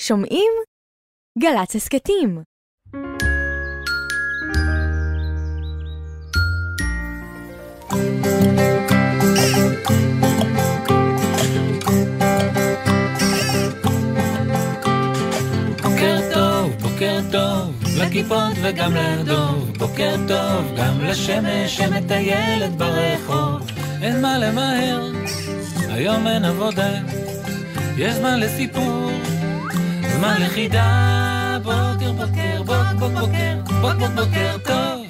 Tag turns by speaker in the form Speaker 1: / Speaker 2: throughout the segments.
Speaker 1: שומעים? גל"צ הסכתים.
Speaker 2: בוקר טוב, בוקר טוב, לכיפות וגם לדוב. בוקר טוב, גם לשמש שמטיילת ברחוב. אין מה למהר, היום אין עבודה. יש זמן לסיפור, זמן לחידה. בוקר, בוקר, בוק, בוק, בוקר, בוק, בוק, בוקר טוב.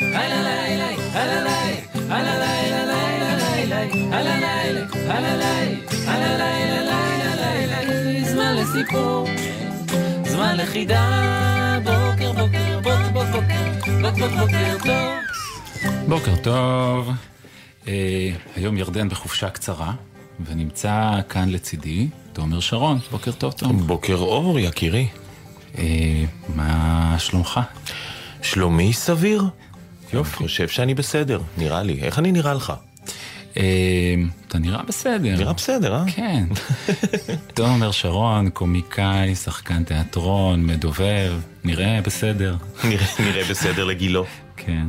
Speaker 2: הלא לילה, הלא לילה, הלא לילה, לילה, לילה, הלא לילה, הלא לילה, הלא לילה, לילה, לילה, זמן לסיפור. זמן לחידה, בוקר בוקר בוק בוק בוקר, בוק בוק בוקר טוב.
Speaker 3: בוקר טוב. אה, היום ירדן בחופשה קצרה, ונמצא כאן לצידי תומר שרון. בוקר טוב, תומר.
Speaker 4: בוקר אור, יקירי.
Speaker 3: אה, מה שלומך?
Speaker 4: שלומי סביר?
Speaker 3: יופי.
Speaker 4: אני חושב שאני בסדר, נראה לי. איך אני נראה לך?
Speaker 3: אה, אתה נראה בסדר.
Speaker 4: נראה בסדר, אה?
Speaker 3: כן. תומר שרון, קומיקאי, שחקן תיאטרון, מדובב, נראה בסדר.
Speaker 4: נראה- נראה בסדר לגילו.
Speaker 3: כן.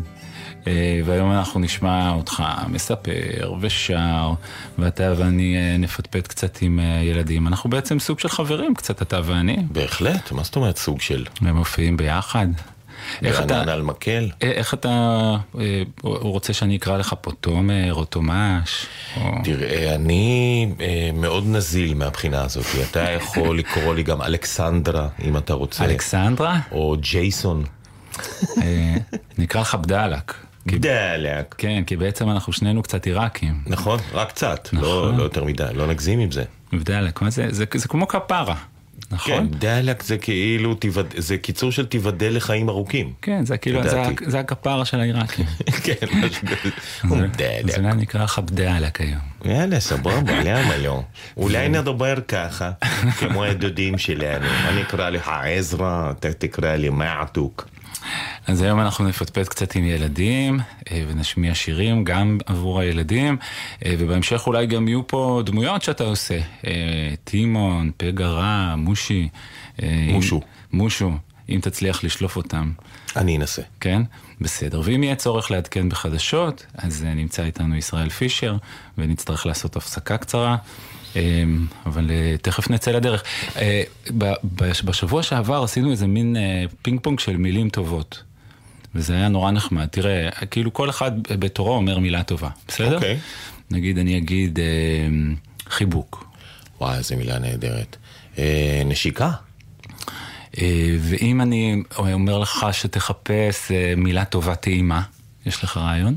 Speaker 3: אה, והיום אנחנו נשמע אותך מספר ושר, ואתה ואני אה, נפטפט קצת עם אה, ילדים. אנחנו בעצם סוג של חברים קצת, אתה ואני,
Speaker 4: בהחלט, מה זאת אומרת סוג של?
Speaker 3: והם מופיעים ביחד. איך אתה,
Speaker 4: רענן על מקל?
Speaker 3: אה, איך אתה אה, רוצה שאני אקרא לך פה תומר או תומש? או...
Speaker 4: תראה, אני אה, מאוד נזיל מהבחינה הזאת. אתה יכול לקרוא לי גם אלכסנדרה, אם אתה רוצה.
Speaker 3: אלכסנדרה?
Speaker 4: או ג'ייסון.
Speaker 3: אה, נקרא לך בדאלק. כי-
Speaker 4: דלק.
Speaker 3: כן, כי בעצם אנחנו שנינו קצת עיראקים.
Speaker 4: נכון, רק קצת.
Speaker 3: נכון.
Speaker 4: לא לא יותר מדי, לא נגזים עם זה.
Speaker 3: בדאלק, מה זה? זה, זה כמו כפרה, נכון?
Speaker 4: כן, דלק זה כאילו, תיבד- זה קיצור של תיבדל לחיים ארוכים.
Speaker 3: כן, זה כאילו, זה,
Speaker 4: לדעתי.
Speaker 3: ה- זה הכפרה של העיראקים.
Speaker 4: כן, משהו כזה.
Speaker 3: זה-
Speaker 4: דלק.
Speaker 3: זה אולי נקרא לך בדאלק היום.
Speaker 4: יאללה, סבבה, למה לא? אולי נדבר ככה, כמו הדודים שלנו. אני אקרא לך עזרא, אתה תקרא לי מעתוק.
Speaker 3: אז היום אנחנו נפטפט קצת עם ילדים, אה, ונשמיע שירים גם עבור הילדים, אה, ובהמשך אולי גם יהיו פה דמויות שאתה עושה. אה, טימון, פה גרה, מושי. אה,
Speaker 4: מושו.
Speaker 3: אם, מושו, אם תצליח לשלוף אותם,
Speaker 4: אני אנסה.
Speaker 3: כן? בסדר. ואם יהיה צורך לעדכן בחדשות, אז אה, נמצא איתנו ישראל פישר, ונצטרך לעשות הפסקה קצרה. אה, אבל אה, תכף נצא לדרך. אה, ב- בש- בשבוע שעבר עשינו איזה מין אה, פינג פונג של מילים טובות. וזה היה נורא נחמד. תראה, כאילו כל אחד בתורו אומר מילה טובה, בסדר?
Speaker 4: אוקיי.
Speaker 3: נגיד, אני אגיד אה, חיבוק.
Speaker 4: וואי, איזה מילה נהדרת. אה, נשיקה?
Speaker 3: אה, ואם אני אה, אומר לך שתחפש אה, מילה טובה טעימה, יש לך רעיון?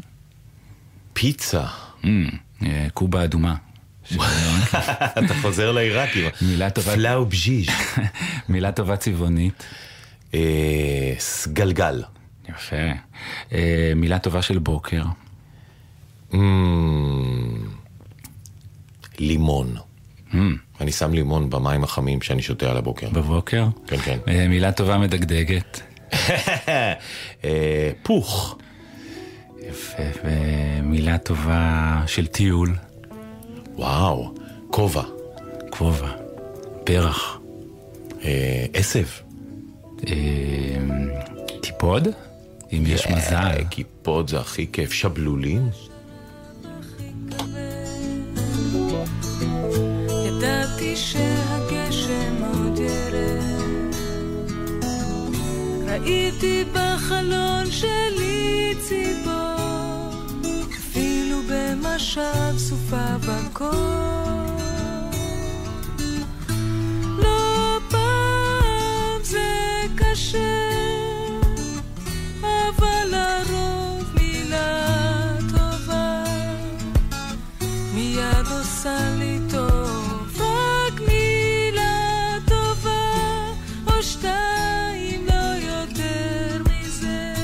Speaker 4: פיצה.
Speaker 3: אמ, אה, קובה אדומה.
Speaker 4: אתה חוזר לעיראקים.
Speaker 3: מילה טובה.
Speaker 4: פלאו בז'יז'.
Speaker 3: מילה טובה צבעונית.
Speaker 4: אה, סגלגל.
Speaker 3: יפה. אה, מילה טובה של בוקר.
Speaker 4: אמ, לימון.
Speaker 3: Hmm.
Speaker 4: אני שם לימון במים החמים שאני שותה על הבוקר.
Speaker 3: בבוקר.
Speaker 4: כן, כן.
Speaker 3: אה, מילה טובה מדגדגת.
Speaker 4: אה, פוך.
Speaker 3: יפה. ומילה טובה של טיול.
Speaker 4: וואו, כובע,
Speaker 3: כובע. פרח.
Speaker 4: אה, עשב.
Speaker 3: אה, טיפוד? אם יש מזל.
Speaker 4: אה, קיפוד זה הכי כיף, שבלולים.
Speaker 5: ידעתי שהגשם עוד ירד. ראיתי בחלון שלי ציפור, אפילו במשב סופה בקור. לא פעם זה קשה, אבל לרוב מילה טובה. מיד עושה לי טוב, רק מילה טובה, או שתיים, לא יותר מזה.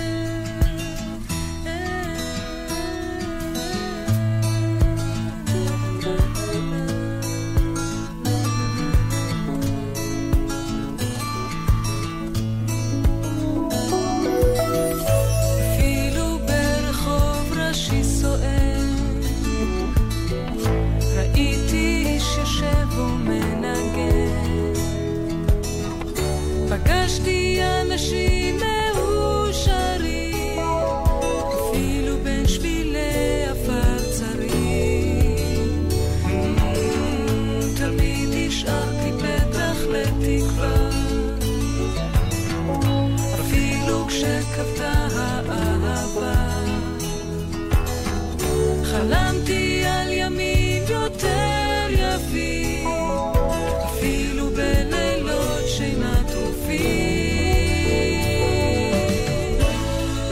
Speaker 5: אנשים מאושרים, אפילו בין שבילי עפר צרים. תמיד השארתי פתח לתקווה, אפילו כשכבתה האהבה. חלמתי על ימים יותר יפים, אפילו בלילות שינה טרופים.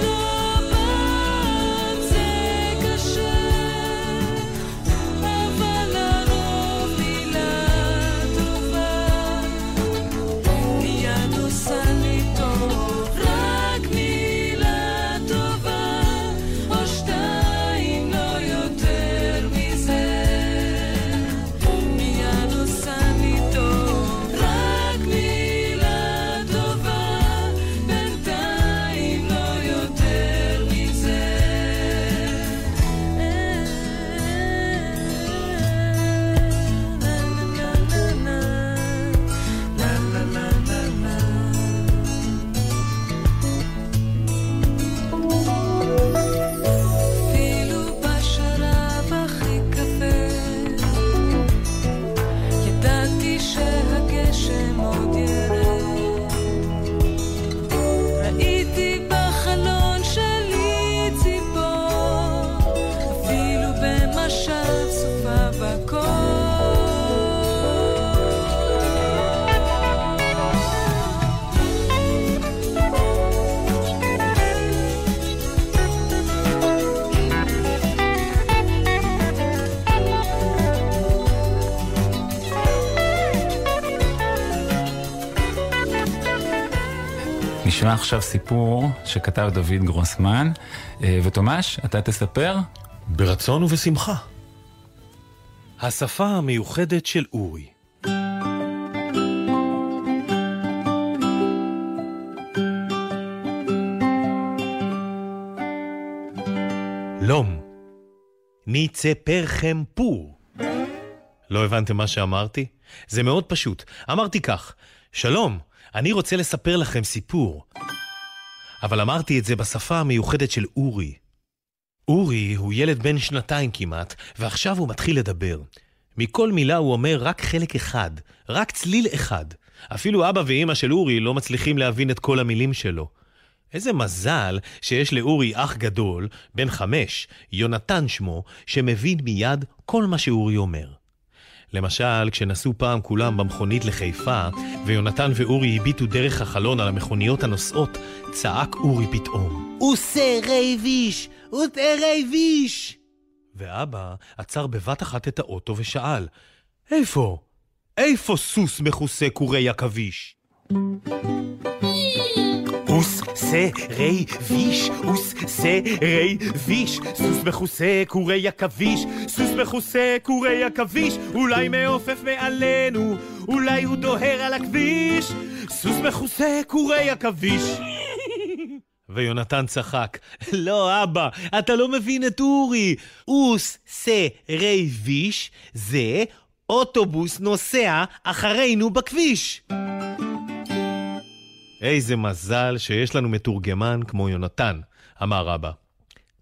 Speaker 5: לא פעם זה קשה, אבל לרוב מילה טובה מיד עושה לי טוב. רק מילה טובה, או שתיים, לא יותר מזה. מיד עושה לי טוב. רק מילה טובה, בינתיים לא יותר מזה. אפילו בשלב הכי כבד, ידעתי שהגשם עוד ירד. ראיתי בחלון שלי ציפור, אפילו במשל סופה בקור.
Speaker 3: נשמע עכשיו סיפור שכתב דוד גרוסמן, אה, ותומש, אתה תספר?
Speaker 4: ברצון ובשמחה.
Speaker 6: השפה המיוחדת של אורי. לום. ניצה פרחם פור. לא הבנתם מה שאמרתי? זה מאוד פשוט. אמרתי כך, שלום, אני רוצה לספר לכם סיפור. אבל אמרתי את זה בשפה המיוחדת של אורי. אורי הוא ילד בן שנתיים כמעט, ועכשיו הוא מתחיל לדבר. מכל מילה הוא אומר רק חלק אחד, רק צליל אחד. אפילו אבא ואימא של אורי לא מצליחים להבין את כל המילים שלו. איזה מזל שיש לאורי אח גדול, בן חמש, יונתן שמו, שמבין מיד כל מה שאורי אומר. למשל, כשנסעו פעם כולם במכונית לחיפה, ויונתן ואורי הביטו דרך החלון על המכוניות הנוסעות, צעק אורי פתאום. עושה רייביש! עושה רייביש! ואבא עצר בבת אחת את האוטו ושאל, איפה? איפה סוס מכוסה קורי עכביש? אוס זה רי ויש, אוס זה רי ויש, סוס מכוסה קורי עכביש, סוס מכוסה קורי עכביש, אולי מעופף מעלינו, אולי הוא דוהר על הכביש, סוס מכוסה קורי עכביש. ויונתן צחק, לא אבא, אתה לא מבין את אורי, אוס זה רי ויש, זה אוטובוס נוסע אחרינו בכביש. איזה מזל שיש לנו מתורגמן כמו יונתן, אמר אבא.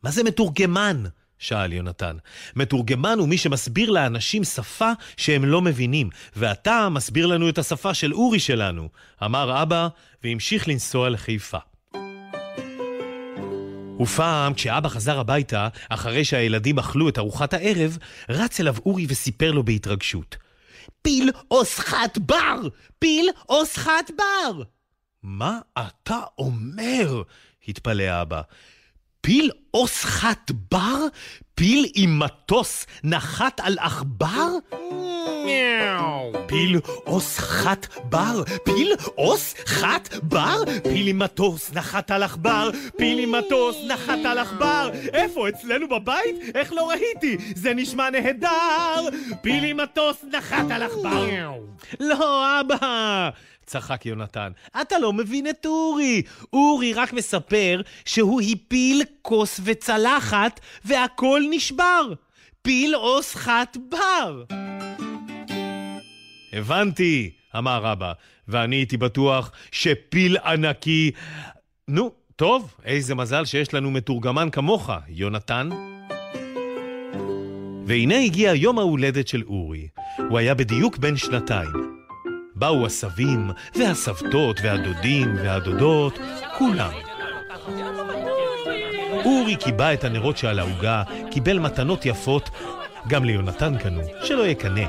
Speaker 6: מה זה מתורגמן? שאל יונתן. מתורגמן הוא מי שמסביר לאנשים שפה שהם לא מבינים, ואתה מסביר לנו את השפה של אורי שלנו, אמר אבא, והמשיך לנסוע לחיפה. ופעם, כשאבא חזר הביתה, אחרי שהילדים אכלו את ארוחת הערב, רץ אליו אורי וסיפר לו בהתרגשות. פיל או סחת בר! פיל או סחת בר! מה אתה אומר? התפלא אבא. פיל או סחת בר? פיל עם מטוס נחת על עכבר? פיל אוס חת בר, פיל אוס חת בר, פיל עם מטוס נחת על עכבר, פיל עם מטוס נחת על עכבר, איפה, אצלנו בבית? איך לא ראיתי? זה נשמע נהדר! פיל עם מטוס נחת על עכבר. לא, אבא! צחק יונתן, אתה לא מבין את אורי. אורי רק מספר שהוא הפיל כוס וצלחת והכל נשבר. פיל אוס חת בר. הבנתי, אמר אבא, ואני הייתי בטוח שפיל ענקי... נו, טוב, איזה מזל שיש לנו מתורגמן כמוך, יונתן. והנה הגיע יום ההולדת של אורי. הוא היה בדיוק בן שנתיים. באו הסבים, והסבתות, והדודים, והדודות, כולם. אורי כיבה את הנרות שעל העוגה, קיבל מתנות יפות, גם ליונתן קנו, שלא יקנא,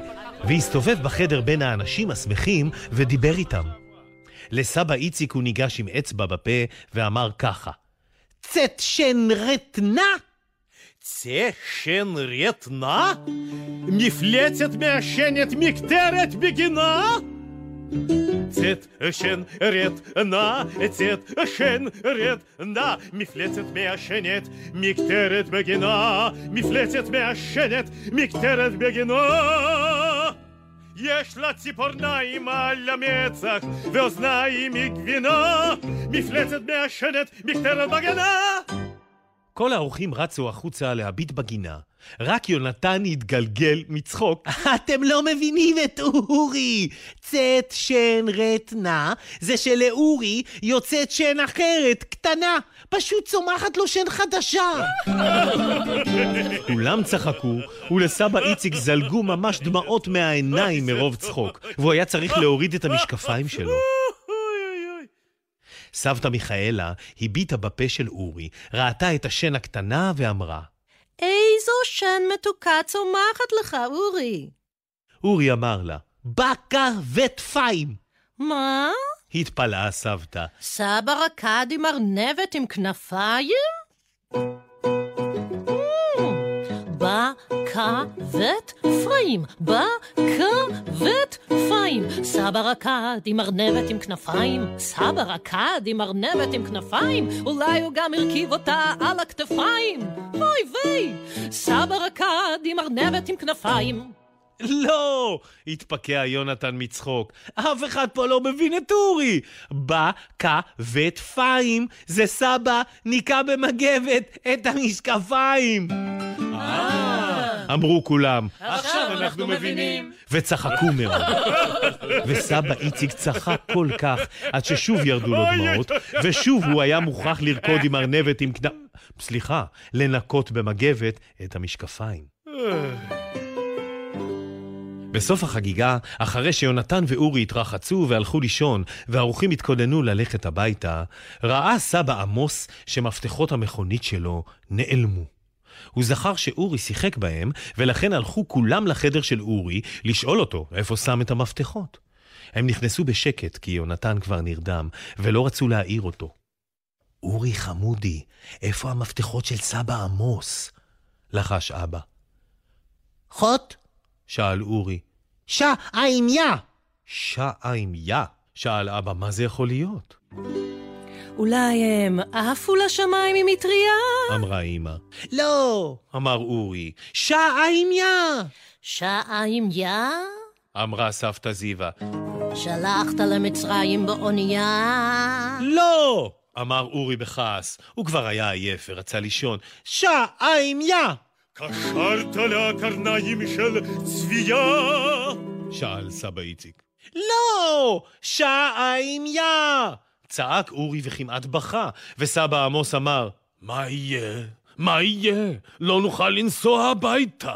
Speaker 6: והסתובב בחדר בין האנשים השמחים ודיבר איתם. לסבא איציק הוא ניגש עם אצבע בפה ואמר ככה: צאת שן רטנה! צאת שן רטנה? מפלצת מעשנת מקטרת בגינה? צאת שן רטנה, צאת שן רטנה, מפלצת מעשנת, מקטרת בגינה, מפלצת מעשנת, מקטרת בגינה. יש לה ציפורניים על המצח ואוזניים מגבינה, מפלצת מעשנת, מקטרת בגינה. כל האורחים רצו החוצה להביט בגינה. רק יונתן התגלגל מצחוק. אתם לא מבינים את אורי! צאת שן רטנה, זה שלאורי יוצאת שן אחרת, קטנה. פשוט צומחת לו שן חדשה. כולם צחקו, ולסבא איציק זלגו ממש דמעות מהעיניים מרוב צחוק, והוא היה צריך להוריד את המשקפיים שלו. סבתא מיכאלה הביטה בפה של אורי, ראתה את השן הקטנה ואמרה,
Speaker 7: איזו שן מתוקה צומחת לך, אורי.
Speaker 6: אורי אמר לה, בקה וטפיים!
Speaker 7: מה?
Speaker 6: התפלאה הסבתא.
Speaker 7: סבא רקד עם ארנבת עם כנפיים? Mm, בכבת פיים, בכבת פיים. סבא רקד עם ארנבת עם כנפיים, סבא רקד עם ארנבת עם כנפיים, אולי הוא גם הרכיב אותה על הכתפיים. אוי ויי! סבא רקד עם ארנבת עם כנפיים.
Speaker 6: לא! התפקע יונתן מצחוק. אף אחד פה לא מבין את אורי! בכבת פיים זה סבא ניקה במגבת את המשקפיים! אמרו כולם,
Speaker 7: עכשיו אנחנו מבינים.
Speaker 6: וצחקו מאוד. וסבא איציק צחק כל כך, עד ששוב ירדו לו דמעות, ושוב הוא היה מוכרח לרקוד עם ארנבת עם קדם... סליחה, לנקות במגבת את המשקפיים. בסוף החגיגה, אחרי שיונתן ואורי התרחצו והלכו לישון, והאורחים התכוננו ללכת הביתה, ראה סבא עמוס שמפתחות המכונית שלו נעלמו. הוא זכר שאורי שיחק בהם, ולכן הלכו כולם לחדר של אורי לשאול אותו איפה שם את המפתחות. הם נכנסו בשקט, כי יונתן כבר נרדם, ולא רצו להעיר אותו. אורי חמודי, איפה המפתחות של סבא עמוס? לחש אבא. חוט? שאל אורי. שעיים יא! שעיים יא? שאל אבא, מה זה יכול להיות?
Speaker 7: אולי הם עפו לשמיים עם מטריה?
Speaker 6: אמרה אמא. לא! אמר אורי. שעיים יא!
Speaker 7: שעיים יא?
Speaker 6: אמרה סבתא זיווה.
Speaker 7: שלחת למצרים באונייה?
Speaker 6: לא! אמר אורי בכעס. הוא כבר היה עייף ורצה לישון. שעיים יא! קשרת לקרניים של צביה? שאל סבא איציק. לא! שעיים יא! צעק אורי וכמעט בכה, וסבא עמוס אמר, מה יהיה? מה יהיה? לא נוכל לנסוע הביתה.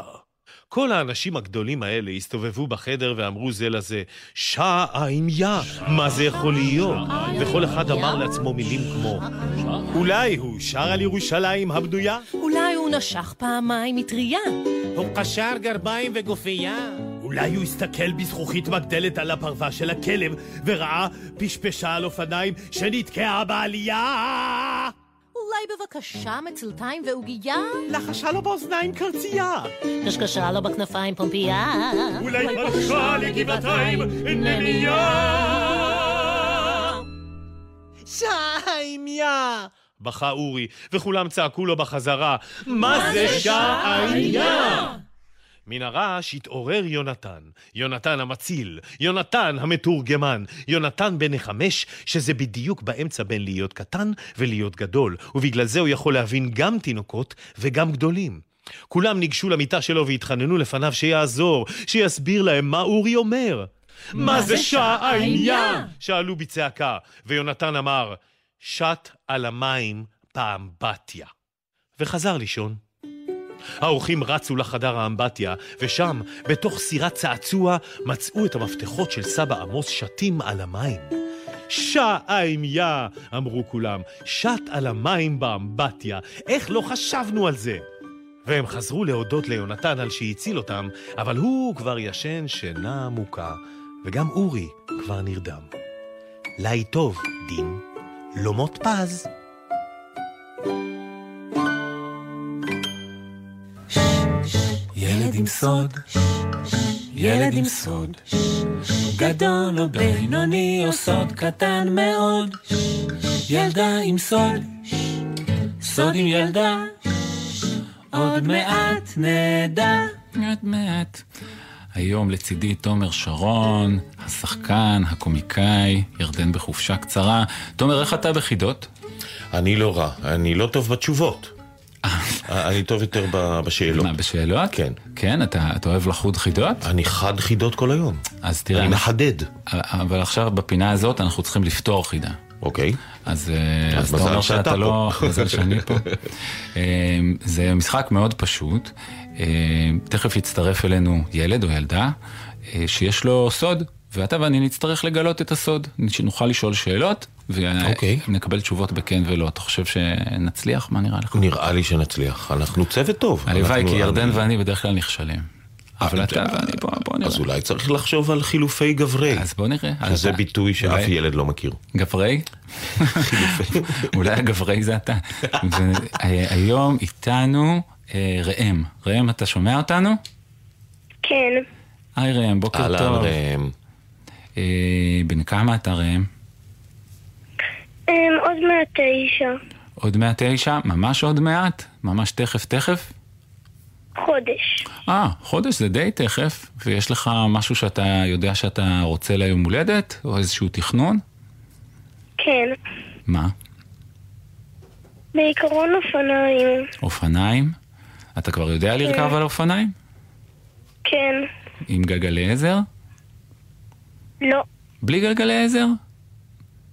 Speaker 6: כל האנשים הגדולים האלה הסתובבו בחדר ואמרו זה לזה, שעיים יא, מה זה יכול להיות? וכל אחד אמר לעצמו מילים כמו, אולי הוא שר על ירושלים הבנויה?
Speaker 7: אולי הוא נשך פעמיים מטריה?
Speaker 6: הוא קשר גרביים וגופייה. אולי הוא הסתכל בזכוכית מגדלת על הפרווה של הכלב וראה פשפשה על אופניים שנתקעה בעלייה!
Speaker 7: אולי בבקשה מצלתיים ועוגייה?
Speaker 6: לחשה לו באוזניים קרצייה!
Speaker 7: קשקשה לו בכנפיים פומפייה?
Speaker 6: אה, אולי פרשה לגבעתיים נמיה! שיים יא! בכה אורי, וכולם צעקו לו בחזרה, מה זה שיים יא? מן הרעש התעורר יונתן, יונתן המציל, יונתן המתורגמן, יונתן בן החמש, שזה בדיוק באמצע בין להיות קטן ולהיות גדול, ובגלל זה הוא יכול להבין גם תינוקות וגם גדולים. כולם ניגשו למיטה שלו והתחננו לפניו שיעזור, שיסביר להם מה אורי אומר. מה זה
Speaker 8: זה
Speaker 6: שעניין?
Speaker 8: שעניין?
Speaker 6: שאלו בצעקה, ויונתן אמר, שט על המים באמבטיה. וחזר לישון. האורחים רצו לחדר האמבטיה, ושם, בתוך סירת צעצוע, מצאו את המפתחות של סבא עמוס שתים על המים. שעיים יא, אמרו כולם, שט על המים באמבטיה, איך לא חשבנו על זה? והם חזרו להודות ליונתן על שהציל אותם, אבל הוא כבר ישן שינה עמוקה, וגם אורי כבר נרדם. ליל טוב, דין, לומות פז.
Speaker 2: ילד עם סוד, ילד עם סוד, גדול או בינוני או סוד קטן מאוד, ילדה עם סוד, סוד עם ילדה, עוד מעט נדע. עוד מעט.
Speaker 3: היום לצידי תומר שרון, השחקן, הקומיקאי, ירדן בחופשה קצרה. תומר, איך אתה בחידות?
Speaker 4: אני לא רע, אני לא טוב בתשובות. אני טוב יותר ב- בשאלות.
Speaker 3: אה. מה, בשאלות?
Speaker 4: כן.
Speaker 3: כן, אתה, אתה אוהב לחוד חידות?
Speaker 4: אני חד חידות כל היום.
Speaker 3: אז
Speaker 4: אני
Speaker 3: תראה,
Speaker 4: מחדד.
Speaker 3: אבל עכשיו בפינה הזאת אנחנו צריכים לפתור חידה.
Speaker 4: אוקיי.
Speaker 3: אז, אה, אז אתה
Speaker 4: מזל
Speaker 3: אומר
Speaker 4: שאתה
Speaker 3: שאתה
Speaker 4: פה.
Speaker 3: לא... מזל שאני פה. אה, זה משחק מאוד פשוט. אה, תכף יצטרף אלינו ילד או ילדה אה, שיש לו סוד, ואתה ואני נצטרך לגלות את הסוד. שנוכל לשאול שאלות,
Speaker 4: אוקיי.
Speaker 3: ונקבל תשובות בכן ולא. אתה חושב שנצליח? מה נראה לך?
Speaker 4: נראה לי שנצליח. אנחנו צוות טוב.
Speaker 3: הלוואי,
Speaker 4: אנחנו- אה,
Speaker 3: כי ירדן ואני בדרך כלל נכשלים. אבל אתה ואני פה, בוא נראה.
Speaker 4: אז אולי צריך לחשוב על חילופי גברי.
Speaker 3: אז בוא נראה. אז
Speaker 4: זה
Speaker 3: אתה-
Speaker 4: ביטוי שאף
Speaker 3: אולי-
Speaker 4: ילד לא מכיר.
Speaker 3: גברי? אולי הגברי זה אתה. והיום איתנו אה, ראם. ראם, אתה שומע אותנו?
Speaker 9: כן,
Speaker 3: היי ראם, בוקר
Speaker 4: אהלן
Speaker 3: טוב.
Speaker 4: ראם.
Speaker 3: אה, בן כמה אתה ראם?
Speaker 9: אמ, עוד מעט תשע,
Speaker 3: עוד מעט תשע? ממש עוד מעט? ממש תכף תכף?
Speaker 9: חודש.
Speaker 3: אה, חודש זה די תכף, ויש לך משהו שאתה יודע שאתה רוצה ליום הולדת? או איזשהו תכנון?
Speaker 9: כן,
Speaker 3: מה?
Speaker 9: בעיקרון אופניים.
Speaker 3: אופניים? אתה כבר יודע לרכב על אופניים?
Speaker 9: כן,
Speaker 3: עם גלגלי עזר?
Speaker 9: לא.
Speaker 3: בלי גלגלי עזר?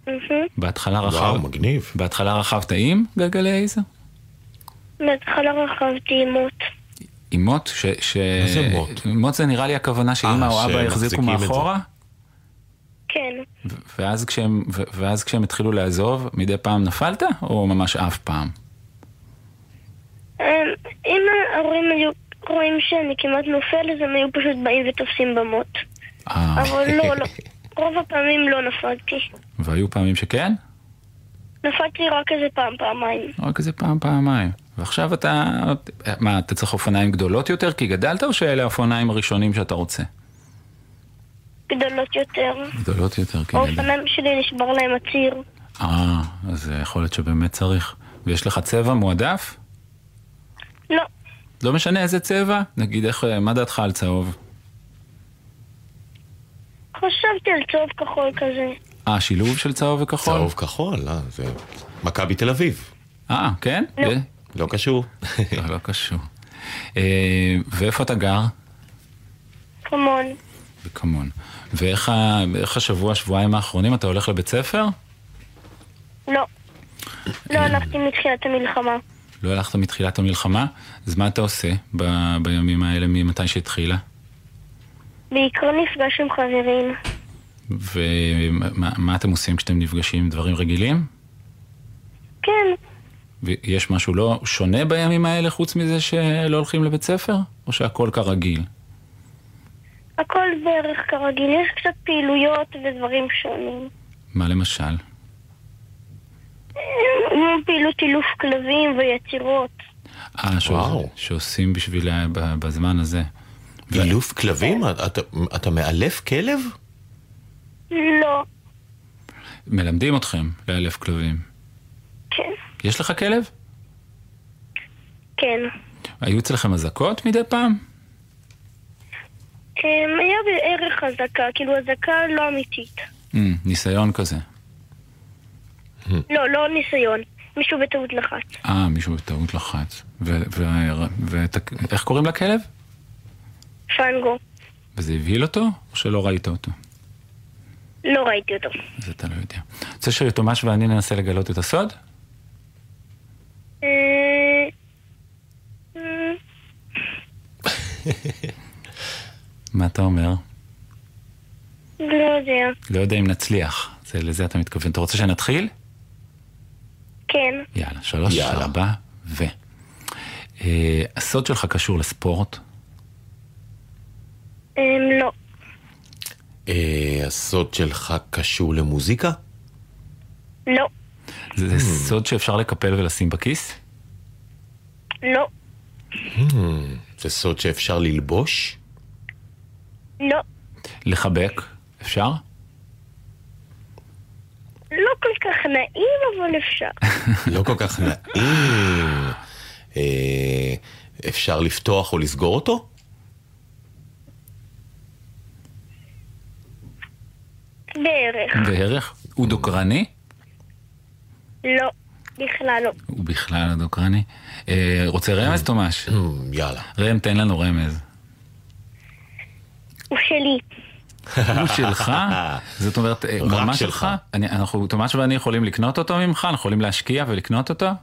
Speaker 9: מהמם.
Speaker 3: בהתחלה
Speaker 4: וואו,
Speaker 3: רכב...
Speaker 4: מגניב.
Speaker 3: בהתחלה רכבת עם גלגלי עזר?
Speaker 9: בהתחלה רכבתי עם מוט.
Speaker 3: עם מוט? ש... ש...
Speaker 4: מה זה מוט?
Speaker 3: מוט זה נראה לי הכוונה שאמא
Speaker 4: אה,
Speaker 3: או אבא
Speaker 4: שהם
Speaker 3: החזיקו
Speaker 4: מחזיקים את זה.
Speaker 3: מאחורה,
Speaker 9: כן,
Speaker 3: ו- ואז כשהם, ו- ואז כשהם התחילו לעזוב, מדי פעם נפלת, או ממש אף פעם?
Speaker 9: אמ, אם ההורים היו רואים שאני כמעט נופל, אז הם היו פשוט באים ותופסים במוט.
Speaker 3: אה,
Speaker 9: אבל לא, לא. רוב הפעמים לא נפלתי.
Speaker 3: והיו פעמים שכן? לא,
Speaker 9: נפלתי רק איזה פעם, פעמיים.
Speaker 3: רק איזה פעם, פעמיים. ועכשיו אתה... מה, אתה צריך אופניים גדולות יותר כי גדלת, או שאלה האופניים הראשונים שאתה רוצה?
Speaker 9: גדולות יותר.
Speaker 3: גדולות יותר כן. כי גדלת.
Speaker 9: האופניים שלי נשבר להם הציר.
Speaker 3: אה, אז יכול להיות שבאמת צריך. ויש לך צבע מועדף?
Speaker 9: לא,
Speaker 3: לא משנה איזה צבע? נגיד איך, מה דעתך על צהוב?
Speaker 9: חשבתי על צהוב כחול כזה.
Speaker 3: אה, שילוב של צהוב וכחול?
Speaker 4: צהוב כחול, אה, זה... מכבי תל אביב.
Speaker 3: אה, כן?
Speaker 9: לא.
Speaker 3: אה,
Speaker 4: לא קשור.
Speaker 3: לא, לא קשור. אה, ואיפה אתה גר?
Speaker 9: כמון.
Speaker 3: בקמון. ואיך ה- איך השבוע, שבועיים האחרונים, אתה הולך לבית ספר?
Speaker 9: לא. לא הלכתי מתחילת המלחמה.
Speaker 3: לא הלכת מתחילת המלחמה? אז מה אתה עושה ב- בימים האלה ממתי שהתחילה?
Speaker 9: בעיקרון נפגש עם חברים.
Speaker 3: ומה מה אתם עושים כשאתם נפגשים? דברים רגילים?
Speaker 9: כן,
Speaker 3: ויש משהו לא שונה בימים האלה חוץ מזה שלא הולכים לבית ספר? או שהכל כרגיל?
Speaker 9: הכל בערך כרגיל. יש קצת פעילויות ודברים שונים.
Speaker 3: מה למשל?
Speaker 9: כמו פעילות אילוף כלבים ויצירות.
Speaker 3: אה, ש-
Speaker 4: וואו.
Speaker 3: שעושים בשביל ה- ב- בזמן הזה.
Speaker 4: אילוף כלבים?
Speaker 9: כן.
Speaker 4: אתה- אתה מאלף כלב?
Speaker 9: לא.
Speaker 3: מלמדים אתכם לאלף כלבים.
Speaker 9: כן.
Speaker 3: יש לך כלב?
Speaker 9: כן.
Speaker 3: היו אצלכם אזעקות מדי פעם?
Speaker 9: אמ, היה בערך אזעקה, כאילו אזעקה לא אמיתית.
Speaker 3: Mm, ניסיון כזה.
Speaker 9: לא, לא ניסיון. מישהו בטעות לחץ.
Speaker 3: אה, מישהו בטעות לחץ. ואיך ו- ו- ות- איך קוראים לכלב?
Speaker 9: פנגו.
Speaker 3: וזה הבהיל אותו, או שלא ראית אותו?
Speaker 9: לא ראיתי אותו.
Speaker 3: אז אתה לא יודע. רוצה שיוטומש ואני ננסה לגלות את הסוד?
Speaker 9: אה, אה,
Speaker 3: מה אתה אומר?
Speaker 9: לא יודע.
Speaker 3: לא יודע אם נצליח. זה, לזה אתה מתכוון. אתה רוצה שנתחיל?
Speaker 9: כן.
Speaker 3: יאללה, שלוש,
Speaker 4: יאללה.
Speaker 3: ארבע, ו... אה, הסוד שלך קשור לספורט?
Speaker 9: אה, לא.
Speaker 4: אה, הסוד שלך קשור למוזיקה?
Speaker 9: לא.
Speaker 4: Hmm.
Speaker 3: זה, זה סוד שאפשר לקפל ולשים בכיס?
Speaker 9: לא.
Speaker 4: Hmm, זה סוד שאפשר ללבוש?
Speaker 9: לא.
Speaker 3: לחבק? אפשר?
Speaker 9: לא כל כך נעים, אבל אפשר.
Speaker 4: לא כל כך נעים. אה, אפשר לפתוח או לסגור אותו?
Speaker 9: בערך.
Speaker 3: בערך? הוא דוקרני?
Speaker 9: לא. בכלל לא.
Speaker 3: הוא בכלל לא דוקרני. אה, רוצה רמז, תומש?
Speaker 4: אמ, יאללה.
Speaker 3: ראם, תן לנו רמז.
Speaker 9: הוא שלי.
Speaker 3: הוא שלך? זאת אומרת, אה, הוא
Speaker 4: רק
Speaker 3: ממש
Speaker 4: שלך.
Speaker 3: שלך? אני- אנחנו, תומש ואני יכולים לקנות אותו ממך? אנחנו יכולים להשקיע ולקנות אותו? אה,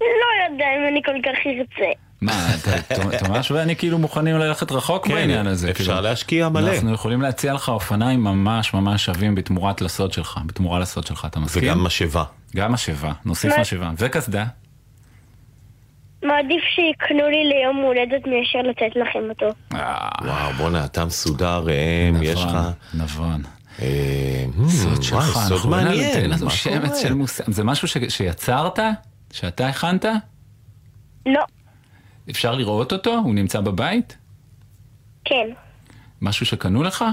Speaker 9: לא יודע אם אני כל כך ארצה.
Speaker 3: מה, אתה- תומ- תומש ואני כאילו מוכנים ללכת רחוק
Speaker 4: כן,
Speaker 3: בעניין הזה.
Speaker 4: אפשר
Speaker 3: כאילו.
Speaker 4: להשקיע מלא.
Speaker 3: אנחנו יכולים להציע לך אופניים ממש ממש שווים בתמורת לסוד שלך, בתמורה לסוד שלך, אתה מסכים?
Speaker 4: וגם משאבה.
Speaker 3: גם משאבה, נוסיף
Speaker 9: מה-
Speaker 3: משאבה, וקסדה.
Speaker 9: מעדיף שיקנו לי ליום הולדת מאשר לתת לכם אותו.
Speaker 3: אה, נכון,
Speaker 4: וואו, בואנה, אתה מסודר, ראם, יש לך...
Speaker 3: נבון, נבון.
Speaker 4: אה,
Speaker 3: סוד
Speaker 4: וואי,
Speaker 3: שלך,
Speaker 4: סוד
Speaker 3: אנחנו
Speaker 4: מעניין.
Speaker 3: אין לנו
Speaker 4: מה
Speaker 3: שמץ
Speaker 4: קורה?
Speaker 3: של מושג. זה משהו ש- שיצרת? שאתה הכנת?
Speaker 9: לא.
Speaker 3: אפשר לראות אותו? הוא נמצא בבית?
Speaker 9: כן.
Speaker 3: משהו שקנו לך?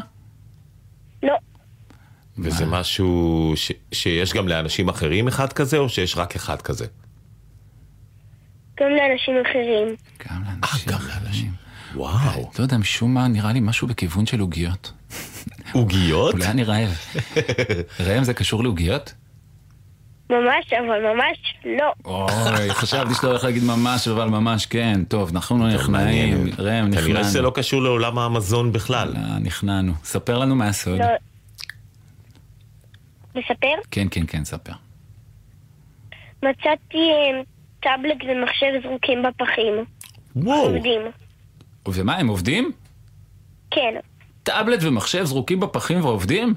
Speaker 9: לא.
Speaker 4: וזה משהו ש- שיש גם לאנשים אחרים אחד כזה, או שיש רק אחד כזה?
Speaker 9: גם לאנשים אחרים.
Speaker 3: גם לאנשים.
Speaker 4: גם
Speaker 3: לאנשים.
Speaker 4: וואו.
Speaker 3: לא יודע, משום מה נראה לי משהו בכיוון של עוגיות.
Speaker 4: עוגיות?
Speaker 3: אולי אני רעב. ראם, זה קשור לעוגיות?
Speaker 9: ממש, אבל ממש לא.
Speaker 3: אוי, חשבתי שאתה הולך להגיד ממש, אבל ממש כן. טוב, אנחנו נכנעים.
Speaker 4: מעניין.
Speaker 3: ראם, נכנענו.
Speaker 4: כנראה שזה לא קשור לעולם המזון בכלל.
Speaker 3: אה, נכנענו. ספר לנו מה הסוד.
Speaker 9: לא. לספר?
Speaker 3: כן, כן, כן, ספר.
Speaker 9: מצאתי אה, טאבלט ומחשב זרוקים בפחים.
Speaker 4: וואו.
Speaker 9: עובדים.
Speaker 3: ומה, הם עובדים?
Speaker 9: כן.
Speaker 3: טאבלט ומחשב זרוקים בפחים ועובדים?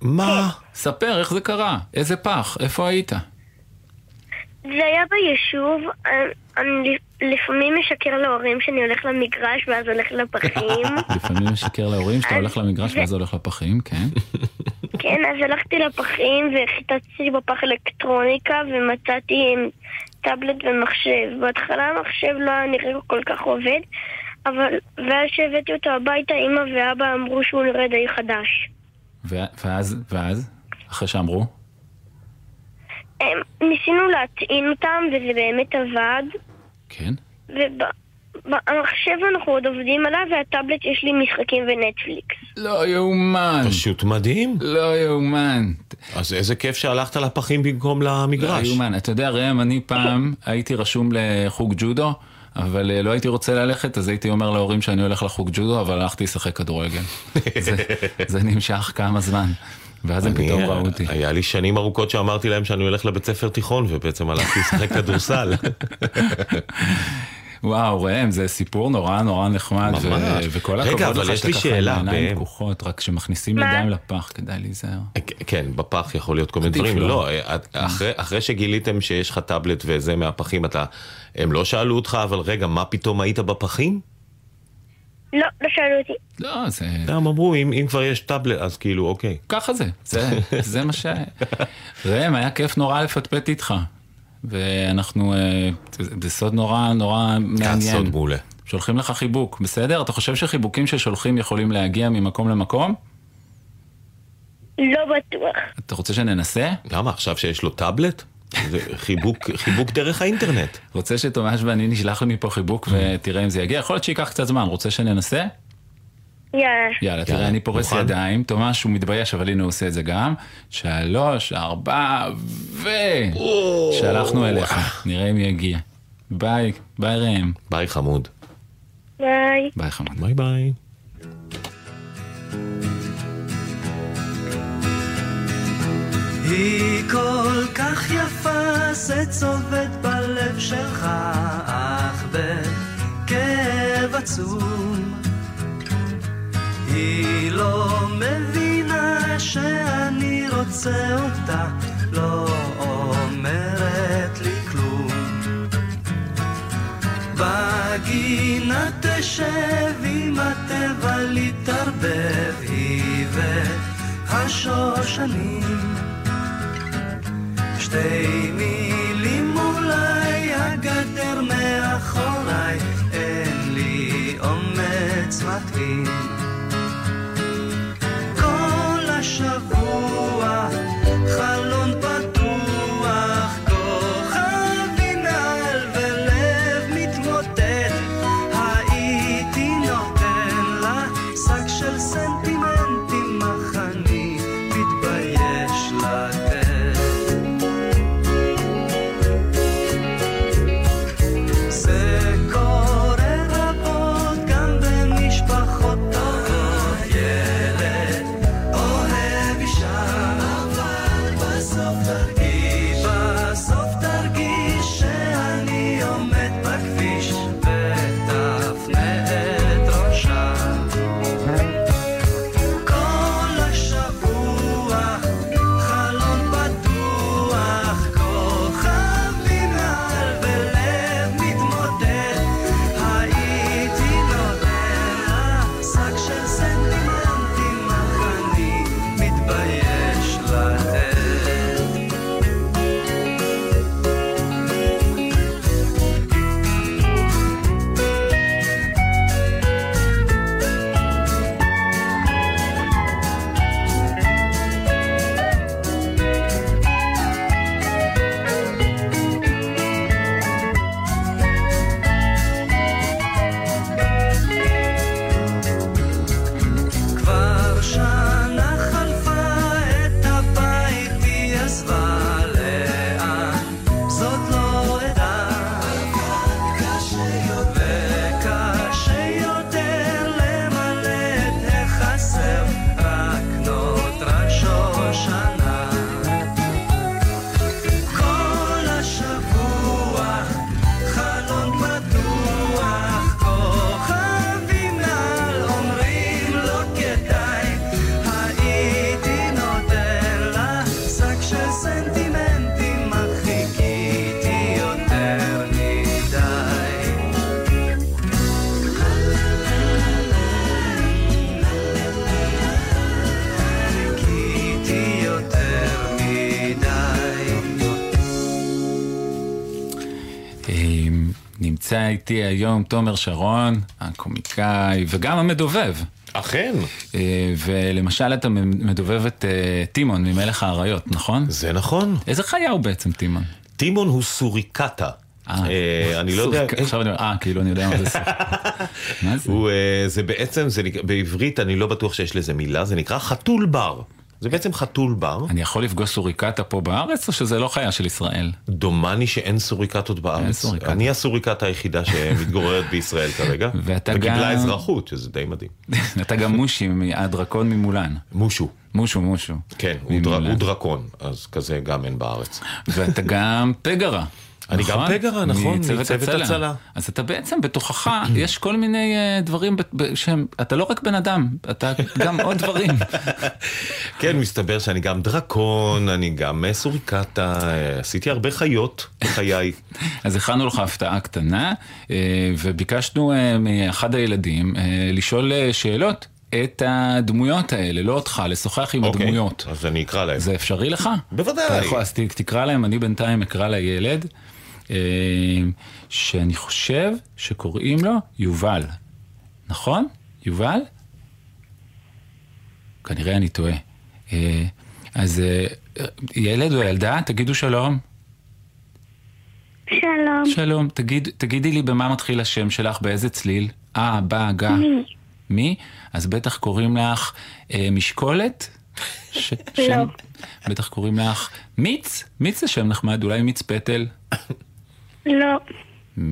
Speaker 4: מה?
Speaker 3: ספר, איך זה קרה? איזה פח? איפה היית?
Speaker 9: זה היה ביישוב, אה, אני לפעמים משקר להורים שאני הולך למגרש ואז הולך לפחים.
Speaker 3: לפעמים משקר להורים שאתה
Speaker 9: אז
Speaker 3: הולך למגרש
Speaker 9: זה-
Speaker 3: ואז הולך לפחים, כן.
Speaker 9: כן, אז הלכתי לפחים וחיטטתי בפח אלקטרוניקה ומצאתי עם טאבלט ומחשב. בהתחלה המחשב לא היה נראה כל כך עובד, אבל... ואז שהבאתי אותו הביתה, אמא ואבא אמרו שהוא נראה די חדש.
Speaker 3: ו- ואז, ואז, אחרי שאמרו,
Speaker 9: הם... ניסינו להטעין אותם וזה באמת עבד,
Speaker 3: כן.
Speaker 9: ובמחשב אנחנו עוד עובדים עליו והטאבלט יש לי משחקים ונטפליקס.
Speaker 3: לא יאומן,
Speaker 4: פשוט מדהים.
Speaker 3: לא יאומן. לא
Speaker 4: אז איזה כיף שהלכת לפחים במקום למגרש.
Speaker 3: יאומן, אתה יודע, ראם, אני פעם הייתי רשום לחוג ג'ודו, אבל אה, לא הייתי רוצה ללכת, אז הייתי אומר להורים שאני הולך לחוג ג'ודו, אבל הלכתי לשחק כדורגל. זה, זה נמשך כמה זמן, ואז הם
Speaker 4: אני-
Speaker 3: פתאום ראו אותי.
Speaker 4: היה לי שנים ארוכות שאמרתי להם שאני הולך לבית ספר תיכון, ובעצם הלכתי לשחק כדורסל.
Speaker 3: וואו, ראם, זה סיפור נורא נורא נחמד, ו-
Speaker 4: ממש.
Speaker 3: וכל
Speaker 4: רגע,
Speaker 3: הכבוד
Speaker 4: אבל
Speaker 3: לך
Speaker 4: יש
Speaker 3: שאתה
Speaker 4: לי
Speaker 3: ככה עם
Speaker 4: שאלה,
Speaker 3: העיניים
Speaker 4: ראם.
Speaker 3: פקוחות, רק כשמכניסים
Speaker 9: מה?
Speaker 3: ידיים לפח, כדאי להיזהר.
Speaker 4: כן, בפח יכול להיות כל מיני
Speaker 3: עדיף
Speaker 4: דברים.
Speaker 3: לא.
Speaker 4: לא, אה, את- אחרי- אחרי שגיליתם שיש לך טאבלט וזה מהפחים, אתה... הם לא שאלו אותך, אבל רגע, מה פתאום היית בפחים?
Speaker 9: לא, לא שאלו אותי.
Speaker 3: לא, זה...
Speaker 4: הם אמרו, "אם- אם כבר יש טאבלט, אז כאילו, אוקיי.
Speaker 3: ככה זה, זה, זה מה ש... ראם, היה כיף נורא לפטפט איתך. ואנחנו, אה, זה זה סוד נורא נורא מעניין.
Speaker 4: כן, סוד מעולה.
Speaker 3: שולחים לך חיבוק, בסדר? אתה חושב שחיבוקים ששולחים יכולים להגיע ממקום למקום?
Speaker 9: לא בטוח.
Speaker 3: אתה רוצה שננסה?
Speaker 4: למה, עכשיו שיש לו טאבלט? זה חיבוק, חיבוק דרך האינטרנט. Mm.
Speaker 3: רוצה שתומש ואני נשלח מפה חיבוק ותראה אם זה יגיע? יכול להיות שייקח קצת זמן, רוצה שננסה?
Speaker 9: יאללה.
Speaker 3: יאללה, תראה,
Speaker 4: יאללה,
Speaker 3: אני פורס
Speaker 4: מוכן?
Speaker 3: ידיים, תומש, הוא מתבייש, אבל הנה הוא עושה את זה גם. שלוש, ארבע, ו... שלחנו אליך, נראה אם יגיע. ביי, ביי ראם.
Speaker 4: ביי חמוד.
Speaker 9: ביי.
Speaker 3: ביי חמוד.
Speaker 4: ביי ביי.
Speaker 10: היא כל כך יפה, זה צובט בלב שלך, אך בכאב עצום. היא לא מבינה שאני רוצה אותה, לא אומרת לי כלום. בגינה תשב עם הטבע להתערבב, היא והשושנים. שתי מילים אולי, הגדר מאחוריי, אין לי אומץ מתאים. כל השבוע, חלון פתוח, כוכבים מעל ולב מתמוטט. הייתי נותן לה שק של סנטימנטים, אך אני מתבייש לתת. זה קורה רבות גם במשפחות טובות. ילד אוהב אישה, אבל בסוף תרגיש, בסוף תרגיש שאני עומד בכביש, ותפנה את ראשה. כל השבוע חלום פתוח, כוכבים מעל ולב מתמודד. הייתי נותן לה שק של סנטימנטים, אך אני מתבייש לתת. כבר שנה חלפה, את הבית היא עזבה, לאן זאת לא אדע. וקשה יותר למלא את החסר, רק נותרה שושנה. כל השבוע חלון פתוח, כוכבים מעל אומרים לא כדאי. הייתי נותן לה שק של סנטימנטים, אך חיכיתי יותר מדי. חיכיתי יותר מדי.
Speaker 3: אה, נמצא איתי היום תומר שרון, הקומיקאי וגם המדובב.
Speaker 4: אכן,
Speaker 3: אה, ולמשל אתה מדובב את אה, טימון ממלך האריות, נכון?
Speaker 4: זה נכון.
Speaker 3: איזה חיה הוא בעצם טימון?
Speaker 4: טימון הוא סוריקטה. אה, אני לא יודע,
Speaker 3: סוג- עכשיו אני אומר, אה, כאילו אני יודע מה זה סוג. מה זה?
Speaker 4: הוא, אה, זה בעצם, זה נק- בעברית אני לא בטוח שיש לזה מילה, זה נקרא חתול בר. זה בעצם חתול בר.
Speaker 3: אני יכול לפגוש סוריקטה פה בארץ, או שזה לא חיה של ישראל?
Speaker 4: דומני שאין סוריקטות בארץ.
Speaker 3: אין סוריקטה.
Speaker 4: אני הסוריקטה היחידה שמתגוררת בישראל כרגע.
Speaker 3: ואתה
Speaker 4: וקיבלה
Speaker 3: גם-
Speaker 4: אזרחות, שזה די מדהים.
Speaker 3: אתה גם מושי, מ- הדרקון ממולן.
Speaker 4: לא- מושו.
Speaker 3: מושו, מושו.
Speaker 4: כן, הוא, דר...
Speaker 3: ממולן.
Speaker 4: הוא דרקון, אז כזה גם אין בארץ.
Speaker 3: ואתה גם פגרה.
Speaker 4: אני
Speaker 3: נכון?
Speaker 4: גם פגרה, נכון, מצוות הצלה.
Speaker 3: אז אתה בעצם, בתוכך יש כל מיני אה, דברים ב- ב- שהם, אתה לא רק בן אדם, אתה גם עוד דברים.
Speaker 4: כן, מסתבר שאני גם דרקון, אני גם אה, סוריקטה, אה, עשיתי הרבה חיות בחיי.
Speaker 3: אז הכנו לך הפתעה קטנה, אה, וביקשנו אה, מאחד הילדים אה, לשאול אה, שאלות את הדמויות האלה, לא אותך, לשוחח עם
Speaker 4: אוקיי,
Speaker 3: הדמויות.
Speaker 4: אז אני אקרא להם.
Speaker 3: זה אפשרי לך?
Speaker 4: בוודאי.
Speaker 3: אתה יכול, אז ת- תקרא להם, אני בינתיים אקרא לילד, אה, שאני חושב שקוראים לו יובל. נכון? יובל? כנראה אני טועה. אה, אז אה, ילד או ילדה, תגידו שלום.
Speaker 11: שלום.
Speaker 3: שלום, תגיד, תגידי לי במה מתחיל השם שלך, באיזה צליל? אה, בא, גא.
Speaker 11: מי?
Speaker 3: מי? אז בטח קוראים לך אה, משקולת? ש-
Speaker 11: לא.
Speaker 3: שם- בטח קוראים לך מיץ? מיץ זה שם נחמד, אולי מיץ פטל?
Speaker 11: לא.
Speaker 3: מ...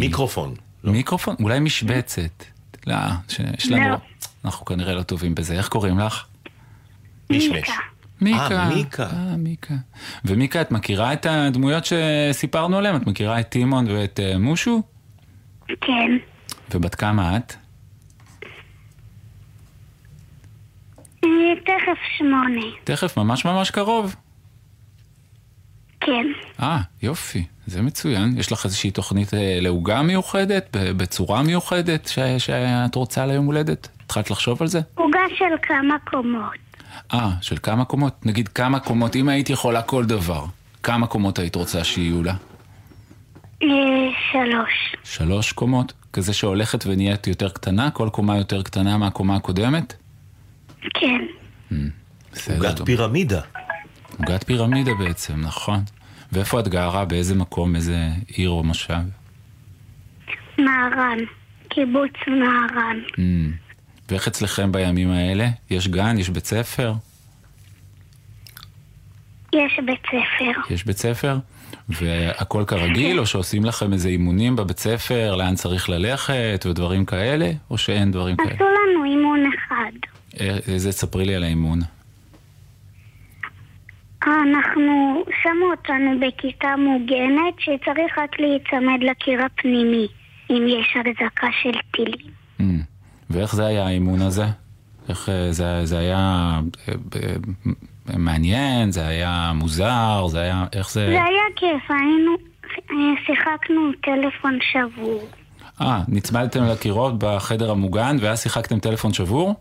Speaker 4: מיקרופון.
Speaker 3: מיקרופון? אולי משבצת. לא, ש- יש לנו...
Speaker 11: לא.
Speaker 3: אנחנו כנראה לא טובים בזה. איך קוראים לך?
Speaker 4: מישמש.
Speaker 3: מיקה.
Speaker 6: אה, מיקה.
Speaker 3: אה, מיקה. ומיקה, את מכירה את הדמויות שסיפרנו עליהן? את מכירה את טימון ואת אה, מושו?
Speaker 12: כן.
Speaker 3: ובת כמה את?
Speaker 12: אה, תכף שמונה.
Speaker 3: תכף, ממש ממש קרוב.
Speaker 12: כן.
Speaker 3: אה, יופי, זה מצוין. יש לך איזושהי תוכנית אה, לעוגה מיוחדת, ב- בצורה מיוחדת, ש- שאת רוצה ליום הולדת? התחלת לחשוב על זה?
Speaker 12: עוגה של כמה קומות.
Speaker 3: אה, של כמה קומות? נגיד כמה קומות, אם היית יכולה כל דבר, כמה קומות היית רוצה שיהיו לה?
Speaker 12: אה, שלוש.
Speaker 3: שלוש קומות? כזה שהולכת ונהיית יותר קטנה, כל קומה יותר קטנה מהקומה הקודמת?
Speaker 12: כן.
Speaker 3: בסדר.
Speaker 6: עוגת פירמידה.
Speaker 3: עוגת פירמידה בעצם, נכון. ואיפה את גרה? באיזה מקום? איזה עיר או מושב?
Speaker 12: נהרן. קיבוץ נהרן.
Speaker 3: Mm. ואיך אצלכם בימים האלה? יש גן? יש בית ספר?
Speaker 12: יש בית ספר.
Speaker 3: יש בית ספר? והכל כרגיל, או שעושים לכם איזה אימונים בבית ספר, לאן צריך ללכת ודברים כאלה, או שאין דברים כאלה?
Speaker 12: עשו לנו אימון אחד.
Speaker 3: אה, איזה, תספרי לי על האימון.
Speaker 12: אנחנו, שמו אותנו בכיתה מוגנת שצריך רק להיצמד לקיר הפנימי אם יש החזקה של טילים.
Speaker 3: Mm. ואיך זה היה האימון הזה? איך אה, זה, זה היה אה, אה, מעניין? זה היה מוזר? זה היה... איך זה...
Speaker 12: זה היה כיף, היינו, אה, שיחקנו עם טלפון שבור.
Speaker 3: אה, נצמדתם לקירות בחדר המוגן ואז שיחקתם טלפון שבור?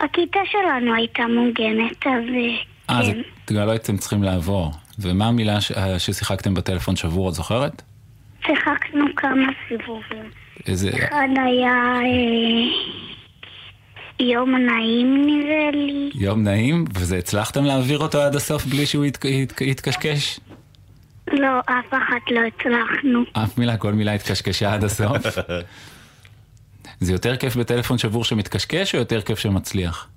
Speaker 12: הכיתה שלנו הייתה מוגנת, אז אה,
Speaker 3: אה, אז
Speaker 12: כן.
Speaker 3: לא הייתם צריכים לעבור. ומה המילה ש... אה, ששיחקתם בטלפון שבור, את זוכרת?
Speaker 12: שיחקנו כמה סיבובים.
Speaker 3: איזה...
Speaker 12: אחד היה אה, יום נעים נראה לי.
Speaker 3: יום נעים, וזה הצלחתם להעביר אותו עד הסוף בלי שהוא ית... ית... יתקשקש?
Speaker 12: לא, אף אחת לא הצלחנו.
Speaker 3: אף מילה, כל מילה התקשקשה עד הסוף. זה יותר כיף בטלפון שבור שמתקשקש, או יותר כיף שמצליח?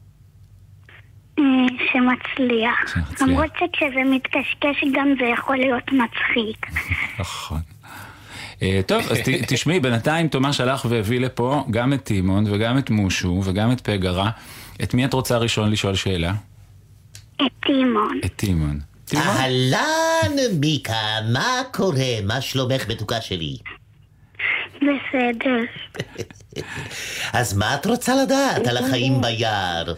Speaker 12: אה, שמצליח.
Speaker 3: שמצליח.
Speaker 12: למרות שכשזה מתקשקש גם זה יכול להיות מצחיק.
Speaker 3: נכון. אה, טוב, אז ת- תשמעי, בינתיים תומש הלך והביא לפה גם את טימון וגם את מושו וגם את פגרה. את מי את רוצה ראשון לשאול שאלה?
Speaker 12: את טימון.
Speaker 3: את טימון. טימון?
Speaker 13: אהלן, מיקה, מה קורה? מה שלומך מתוקה שלי?
Speaker 12: בסדר.
Speaker 13: אז מה את רוצה לדעת על החיים ביער?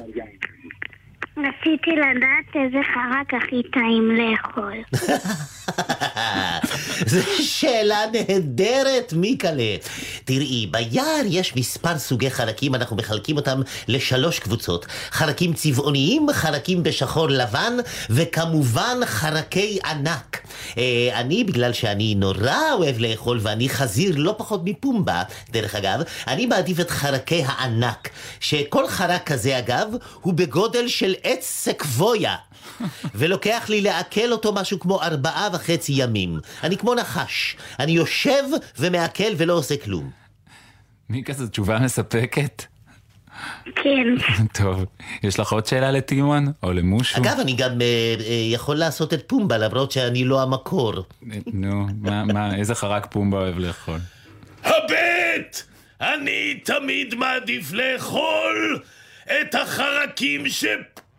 Speaker 12: רציתי לדעת איזה חרק הכי טעים לאכול.
Speaker 13: זו שאלה נהדרת, מיקלה. תראי, ביער יש מספר סוגי חרקים, אנחנו מחלקים אותם לשלוש קבוצות. חרקים צבעוניים, חרקים בשחור לבן, וכמובן חרקי ענק. אה, אני, בגלל שאני נורא אוהב לאכול, ואני חזיר לא פחות מפומבה, דרך אגב, אני מעדיף את חרקי הענק, שכל חרק כזה, אגב, הוא בגודל של עץ סקוויה. ולוקח לי לעכל אותו משהו כמו ארבעה וחצי ימים. אני כמו נחש. אני יושב ומעכל ולא עושה כלום.
Speaker 3: מיקה, זו תשובה מספקת?
Speaker 12: כן.
Speaker 3: טוב, יש לך עוד שאלה לטימון? או למושו?
Speaker 13: אגב, אני גם אה, אה, יכול לעשות את פומבה, למרות שאני לא המקור.
Speaker 3: נו, מה, מה, איזה חרק פומבה אוהב לאכול?
Speaker 6: הבט! אני תמיד מעדיף לאכול את החרקים ש...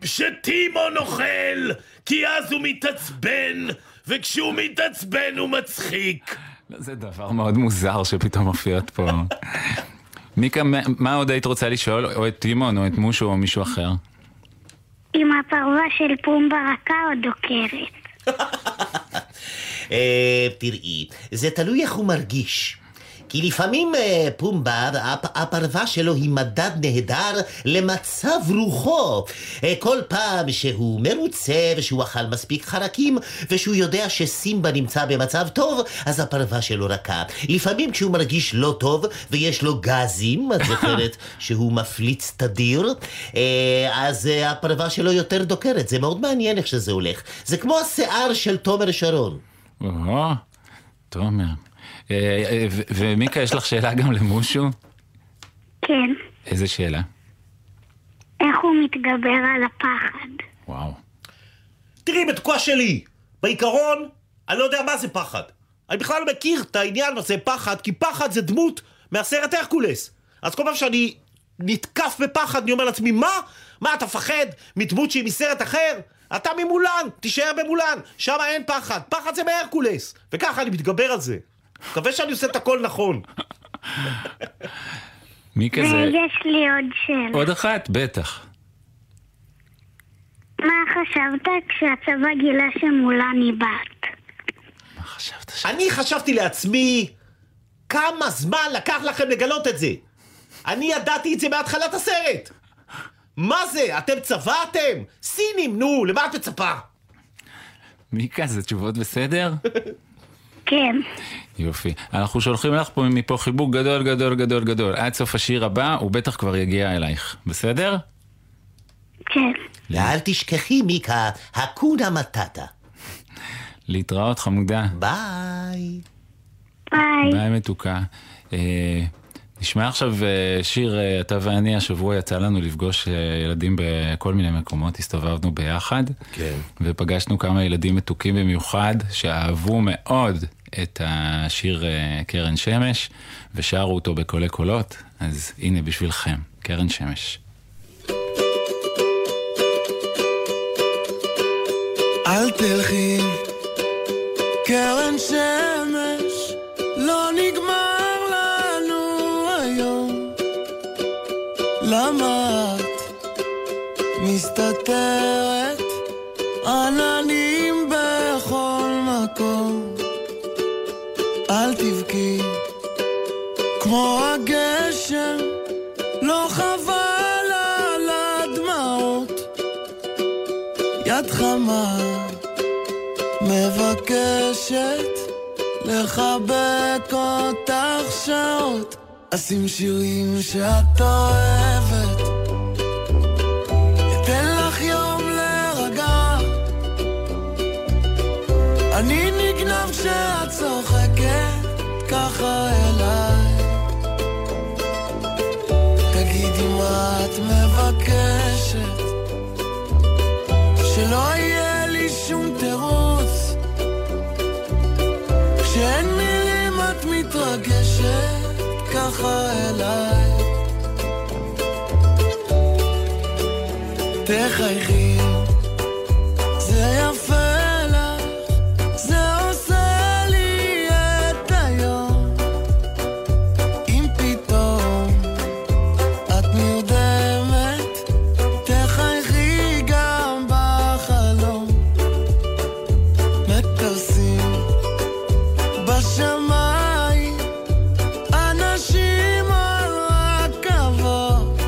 Speaker 6: שטימון אוכל, כי אז הוא מתעצבן, וכשהוא מתעצבן הוא מצחיק.
Speaker 3: לא, זה דבר מאוד מוזר שפתאום מופיעות פה. מיקה, מה- מה עוד היית רוצה לשאול? או את טימון, או את מושו, או מישהו אחר?
Speaker 12: אם הפרווה של פומבה רכה או דוקרת.
Speaker 13: אה, תראי, זה תלוי איך הוא מרגיש. כי לפעמים אה, פומבה, הפ- הפרווה שלו היא מדד נהדר למצב רוחו. אה, כל פעם שהוא מרוצה ושהוא אכל מספיק חרקים ושהוא יודע שסימבה נמצא במצב טוב, אז הפרווה שלו רכה. לפעמים כשהוא מרגיש לא טוב ויש לו גזים, את זוכרת שהוא מפליץ תדיר, אה, אז אה, הפרווה שלו יותר דוקרת. זה מאוד מעניין איך שזה הולך. זה כמו השיער של תומר שרון.
Speaker 3: או, תומר. אה, אה, ו- ומיקה, יש לך שאלה גם למושו?
Speaker 12: כן.
Speaker 3: איזה שאלה?
Speaker 12: איך הוא מתגבר על הפחד?
Speaker 3: וואו.
Speaker 6: תראי, בתקופה שלי, בעיקרון, אני לא יודע מה זה פחד. אני בכלל לא מכיר את העניין הזה פחד, כי פחד זה דמות מהסרט הרקולס. אז כל פעם שאני נתקף בפחד, אני אומר לעצמי, מה? מה, אתה מפחד מדמות שהיא מסרט אחר? אתה ממולן, תישאר במולן, שם אין פחד. פחד זה מהרקולס. וככה אני מתגבר על זה. מקווה שאני עושה את הכל נכון.
Speaker 3: מיקה זה...
Speaker 12: ויש לי עוד שאלה.
Speaker 3: עוד אחת? בטח.
Speaker 12: מה חשבת כשהצבא גילה שמולני בת?
Speaker 6: אני חשבתי לעצמי, כמה זמן לקח לכם לגלות את זה? אני ידעתי את זה מהתחלת הסרט. מה זה? אתם צבעתם? סינים, נו, למה את מצפה?
Speaker 3: מיקה, זה תשובות בסדר?
Speaker 12: כן.
Speaker 3: יופי. אנחנו שולחים לך פה מפה חיבוק גדול גדול גדול גדול. עד סוף השיר הבא, הוא בטח כבר יגיע אלייך. בסדר?
Speaker 12: כן.
Speaker 13: ואל תשכחי, מיקה, הקונה מטאטה.
Speaker 3: להתראות, חמודה.
Speaker 13: ביי.
Speaker 12: ביי.
Speaker 3: ביי מתוקה. אה, נשמע עכשיו אה, שיר, אה, אתה ואני, השבוע יצא לנו לפגוש אה, ילדים בכל מיני מקומות, הסתובבנו ביחד,
Speaker 6: כן.
Speaker 3: ופגשנו כמה ילדים מתוקים במיוחד, שאהבו מאוד את השיר אה, קרן שמש, ושרו אותו בקולי קולות, אז הנה בשבילכם, קרן שמש.
Speaker 14: אל תלכי, קרן שמש, לא נגמר לנו היום. למה את מסתתרת עננים בכל מקום? אל תבכי, כמו הגשם, לא חבל על הדמעות. יד חמה מבקשת לחבק אותך שעות אשים שירים שאת אוהבת אתן לך יום להירגע אני נגנב כשאת צוחקת ככה אליי תגידי מה את מבקשת שלא יהיה לי שום תירוץ כשאין מילים את מתרגשת ככה אליי תחייכי זה יפה לך זה עושה לי את היום אם פתאום את נרדמת תחייכי גם בחלום. מטוסים בשמיים, אנשים על רכבות.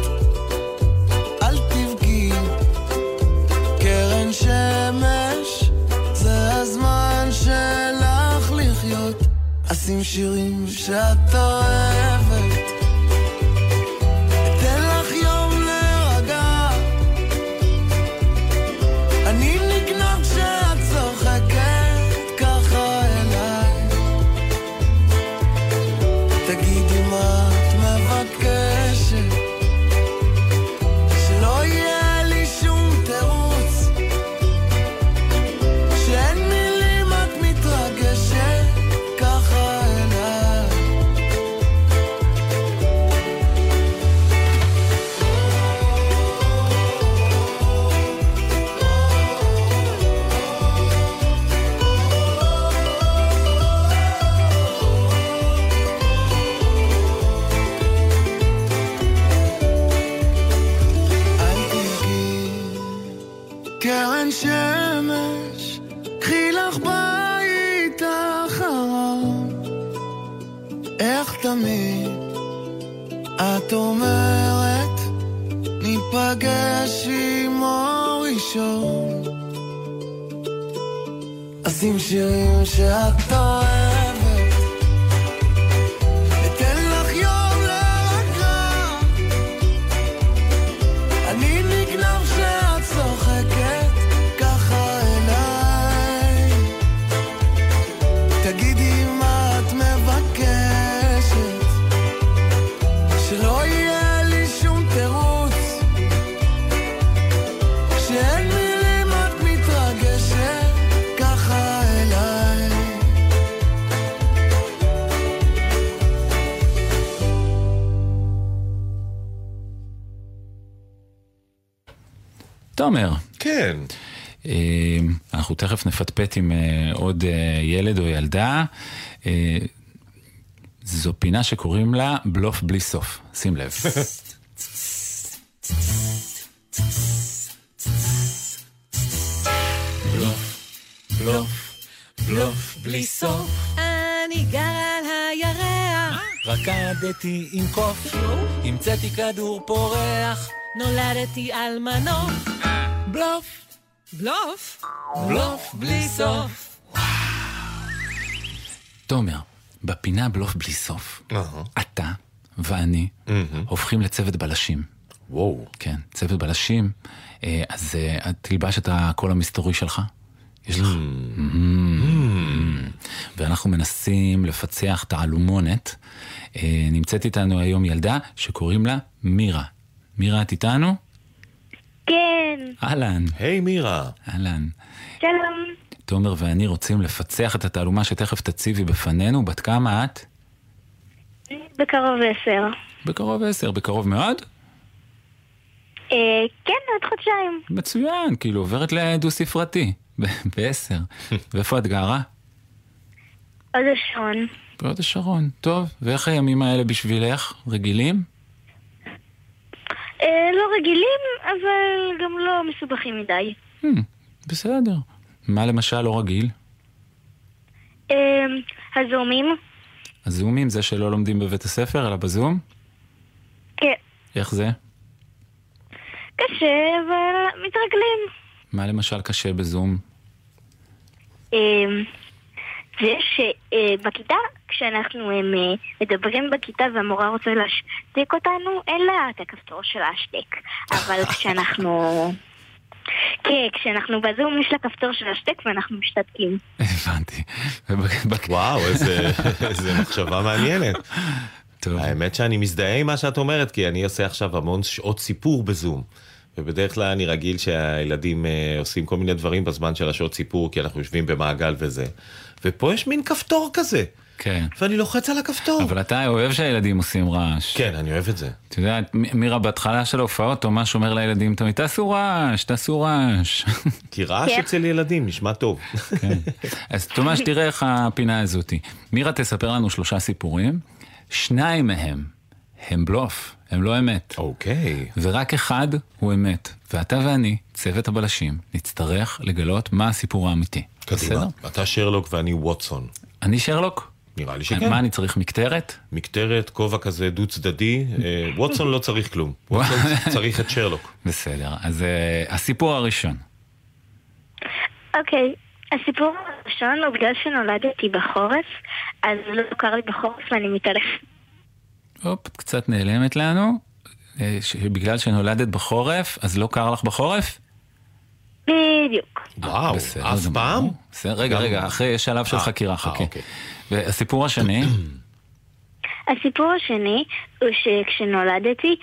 Speaker 14: אל תבכי, קרן שמש, זה הזמן שלך לחיות. אשים שירים שאת אוהבת. אתן לך יום להירגע. אני נגנב כשאת צוחקת ככה אליי תגידי מה את מבקשת שלא יהיה לי שום תירוץ כשאין מילים את מתרגשת ככה אליי אל תבכי, קרן שמש, קחי לך בית אחרון. איך תמיד את אומרת, ניפגש עם אור ראשון. אשים שירים שאת אוהבת. אתן לך יום להרגע. אני נגנב שאת צוחקת ככה אליי תגידי מה את מבקשת שלא יהיה לי שום תירוץ כשאין מילים את מתרגשת ככה אליי
Speaker 3: תומר.
Speaker 4: כן.
Speaker 3: אה, אנחנו תכף נפטפט עם אה, עוד אה, ילד או ילדה. אה, זו פינה שקוראים לה בלוף בלי סוף, שים לב.
Speaker 2: בלוף, בלוף בלי סוף,
Speaker 5: אני גר על הירח,
Speaker 2: רקדתי עם קוף, המצאתי כדור פורח,
Speaker 7: נולדתי על מנוף,
Speaker 2: בלוף,
Speaker 7: בלוף,
Speaker 2: בלוף בלי סוף.
Speaker 3: תומר, בפינה בלוף בלי סוף, אתה ואני הופכים לצוות בלשים.
Speaker 4: וואו.
Speaker 3: כן, צוות בלשים, אה, אז אה, תלבש את הקול המסתורי שלך, יש לך. Mm. ואנחנו מנסים לפצח תעלומונת. אה, נמצאת איתנו היום ילדה שקוראים לה מירה. מירה, את איתנו?
Speaker 11: כן,
Speaker 3: אהלן.
Speaker 4: היי מירה.
Speaker 3: אהלן.
Speaker 11: שלום,
Speaker 3: תומר ואני רוצים לפצח את התעלומה שתכף תציבי בפנינו. בת כמה את?
Speaker 11: בקרוב עשר.
Speaker 3: בקרוב עשר, בקרוב מאוד?
Speaker 11: אה, כן, עוד חודשיים,
Speaker 3: מצוין, כאילו עוברת לדו-ספרתי. ב- בעשר. ואיפה את גרה?
Speaker 11: עוד השעון.
Speaker 3: בהוד השרון. טוב, ואיך הימים האלה בשבילך? רגילים?
Speaker 11: אה, לא רגילים, אבל גם לא מסובכים מדי.
Speaker 3: Hmm, בסדר. מה למשל לא רגיל?
Speaker 11: אה, הזורמים?
Speaker 3: הזומים, זה שלא לומדים בבית הספר, אלא בזום?
Speaker 11: כן.
Speaker 3: איך זה?
Speaker 11: קשה, אבל מתרגלים.
Speaker 3: מה למשל קשה בזום?
Speaker 11: אה, זה שבכיתה, כשאנחנו הם, אה, מדברים בכיתה והמורה רוצה להשתיק אותנו, אין לה את הכפתור של להשתיק. אבל כשאנחנו... כן, כשאנחנו בזום יש לה כפתור של להשתיק ואנחנו משתתקים.
Speaker 3: הבנתי. ובק-
Speaker 4: וואו, איזה איזה מחשבה מעניינת.
Speaker 3: טוב.
Speaker 4: האמת שאני מזדהה עם מה שאת אומרת, כי אני עושה עכשיו המון שעות סיפור בזום. ובדרך כלל אני רגיל שהילדים אה, עושים כל מיני דברים בזמן של השעות סיפור, כי אנחנו יושבים במעגל וזה. ופה יש מין כפתור כזה,
Speaker 3: כן.
Speaker 4: ואני לוחץ על הכפתור.
Speaker 3: אבל אתה אוהב שהילדים עושים רעש.
Speaker 4: כן, אני אוהב את זה.
Speaker 3: אתה יודע, מ- מירה, בהתחלה של ההופעות, ממש אומר לילדים תמיד, תעשו רעש, תעשו רעש.
Speaker 4: כי רעש
Speaker 11: כן.
Speaker 4: אצל ילדים נשמע טוב.
Speaker 3: כן. אז תומש, תראה איך הפינה הזאתי. מירה תספר לנו שלושה סיפורים, שניים מהם הם בלוף, הם לא אמת.
Speaker 4: אוקיי.
Speaker 3: ורק אחד הוא אמת, ואתה ואני, צוות הבלשים, נצטרך לגלות מה הסיפור האמיתי.
Speaker 4: קדימה. אתה שרלוק ואני ווטסון.
Speaker 3: אני שרלוק?
Speaker 4: נראה לי שכן.
Speaker 3: מה אני צריך, מקטרת?
Speaker 4: מקטרת, כובע כזה דו-צדדי, אה, ווטסון לא צריך כלום. ווטסון צריך את שרלוק.
Speaker 3: בסדר, אז אה, הסיפור הראשון.
Speaker 11: אוקיי, הסיפור הראשון הוא בגלל שנולדתי בחורף, אז לא הוכר לי בחורף ואני מתעלפת.
Speaker 3: הופ, את קצת נעלמת לנו. אה, ש- בגלל שנולדת בחורף, אז לא קר לך בחורף?
Speaker 11: בדיוק.
Speaker 4: וואו,
Speaker 3: בסדר,
Speaker 4: אף
Speaker 3: זה
Speaker 4: פעם?
Speaker 3: ברור. בסדר, רגע,
Speaker 4: גם-
Speaker 3: רגע, אחרי, יש שלב של
Speaker 4: אה,
Speaker 3: חקירה,
Speaker 4: אה,
Speaker 3: חכה.
Speaker 4: אוקיי.
Speaker 3: והסיפור השני,
Speaker 11: הסיפור השני הוא שכשנולדתי,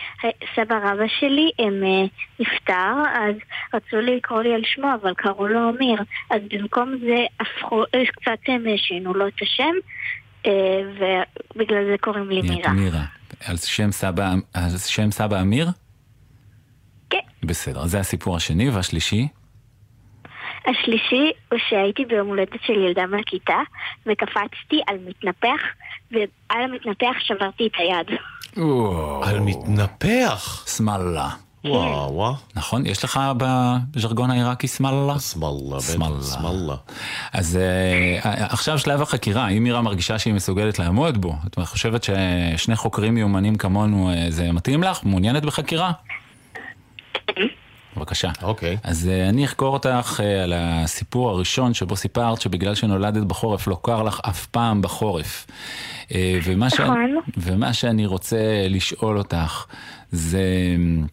Speaker 11: סבא רבא שלי הם, אה, נפטר, אז רצו לקרוא לי על שמו, אבל קראו לו אמיר. אז במקום זה הפכו, אה, קצת הם אה, שינו לו את השם, אה, ובגלל זה קוראים לי
Speaker 3: נהיית
Speaker 11: מירה.
Speaker 3: מירה. על שם סבא, על שם סבא אמיר?
Speaker 11: כן.
Speaker 3: בסדר, זה הסיפור השני, והשלישי?
Speaker 11: השלישי הוא שהייתי ביום הולדת של ילדה מהכיתה, וקפצתי על מתנפח, ועל המתנפח שברתי את היד.
Speaker 4: על מתנפח.
Speaker 3: שמאללה.
Speaker 4: וואו, וואו.
Speaker 3: נכון? יש לך בז'רגון העיראקי שמאללה?
Speaker 4: שמאללה,
Speaker 3: שמאללה.
Speaker 4: בטח, שמאללה.
Speaker 3: אז אה, עכשיו שלב החקירה, אם מירה מרגישה שהיא מסוגלת לעמוד בו, את חושבת ששני חוקרים מיומנים כמונו, אה, זה מתאים לך? מעוניינת בחקירה? בבקשה.
Speaker 4: אוקיי.
Speaker 3: אז אה, אני אחקור אותך אה, על הסיפור הראשון שבו סיפרת שבגלל שנולדת בחורף לא קר לך אף פעם בחורף. אה, ומה, ש...
Speaker 11: נכון.
Speaker 3: ומה שאני רוצה לשאול אותך זה, אמ,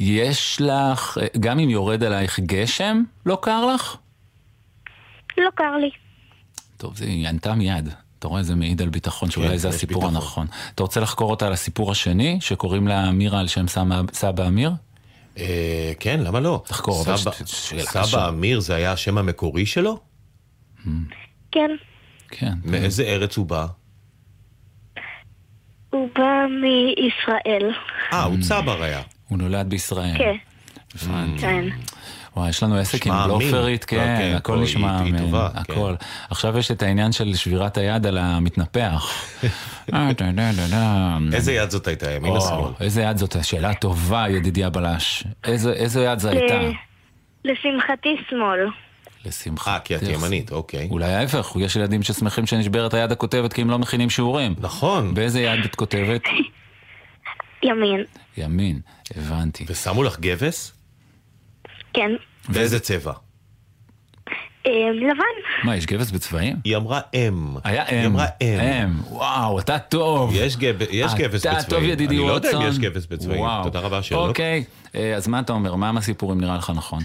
Speaker 3: יש לך, אה, גם אם יורד עלייך גשם, לא קר לך?
Speaker 11: לא קר לי.
Speaker 3: טוב, זה היא ענתה מיד. אתה רואה, זה מעיד על ביטחון, שאולי זה
Speaker 4: כן, יש
Speaker 3: הסיפור
Speaker 4: ביטחון.
Speaker 3: הנכון. אתה רוצה לחקור אותה על הסיפור השני, שקוראים לה מירה על שם סבא- סבא אמיר?
Speaker 4: אה, כן, למה לא?
Speaker 3: תחקור, אבל
Speaker 4: סבא-
Speaker 3: ש- ש- שאלה קשה.
Speaker 4: סבא אמיר זה היה השם המקורי שלו?
Speaker 11: כן,
Speaker 3: כן.
Speaker 4: מאיזה ארץ הוא בא?
Speaker 11: הוא בא מישראל.
Speaker 4: אה, הוא צבר היה. Mm.
Speaker 3: הוא נולד בישראל.
Speaker 11: כן.
Speaker 3: הבנתי.
Speaker 11: כן.
Speaker 3: וואי, יש לנו עסק עם
Speaker 11: נשמע אמין.
Speaker 3: בלופרית,
Speaker 11: לא,
Speaker 3: כן,
Speaker 11: כן,
Speaker 3: הכל
Speaker 11: הכל,
Speaker 3: נשמע
Speaker 11: היא- היא
Speaker 3: אמין,
Speaker 11: טובה, כן.
Speaker 3: הכל. עכשיו יש את העניין של שבירת היד על המתנפח. אה, טה, טה, טה, טה.
Speaker 4: איזה יד זאת הייתה, ימין או שמאל?
Speaker 3: וואו, איזה יד זאת? שאלה טובה, ידידי הבלש. איזה איזה יד
Speaker 11: אה.
Speaker 3: זו הייתה?
Speaker 11: ל- לשמחתי שמאל.
Speaker 3: לשמחה. אה,
Speaker 4: כי את ימנית, אוקיי.
Speaker 3: אולי ההפך, יש ילדים ששמחים שנשברת היד הכותבת כי הם לא מכינים שיעורים.
Speaker 4: נכון.
Speaker 3: באיזה יד את כותבת?
Speaker 11: ימין.
Speaker 3: ימין, הבנתי.
Speaker 4: ושמו לך גבס?
Speaker 11: כן.
Speaker 4: באיזה צבע?
Speaker 11: אה, לבן.
Speaker 3: מה, יש גבס בצבעים?
Speaker 4: היא אמרה אם.
Speaker 3: היה אם.
Speaker 4: היא אמרה אם.
Speaker 3: אם. וואו, אתה טוב.
Speaker 4: יש גב- יש גבס בצבעים.
Speaker 3: אתה טוב, ידידי
Speaker 4: אני לא
Speaker 3: ווטסון.
Speaker 4: יודע אם יש גבס בצבעים.
Speaker 3: וואו.
Speaker 4: תודה רבה, שאלות.
Speaker 3: אוקיי, אה, אז מה אתה אומר? מה מהסיפורים נראה לך נכון?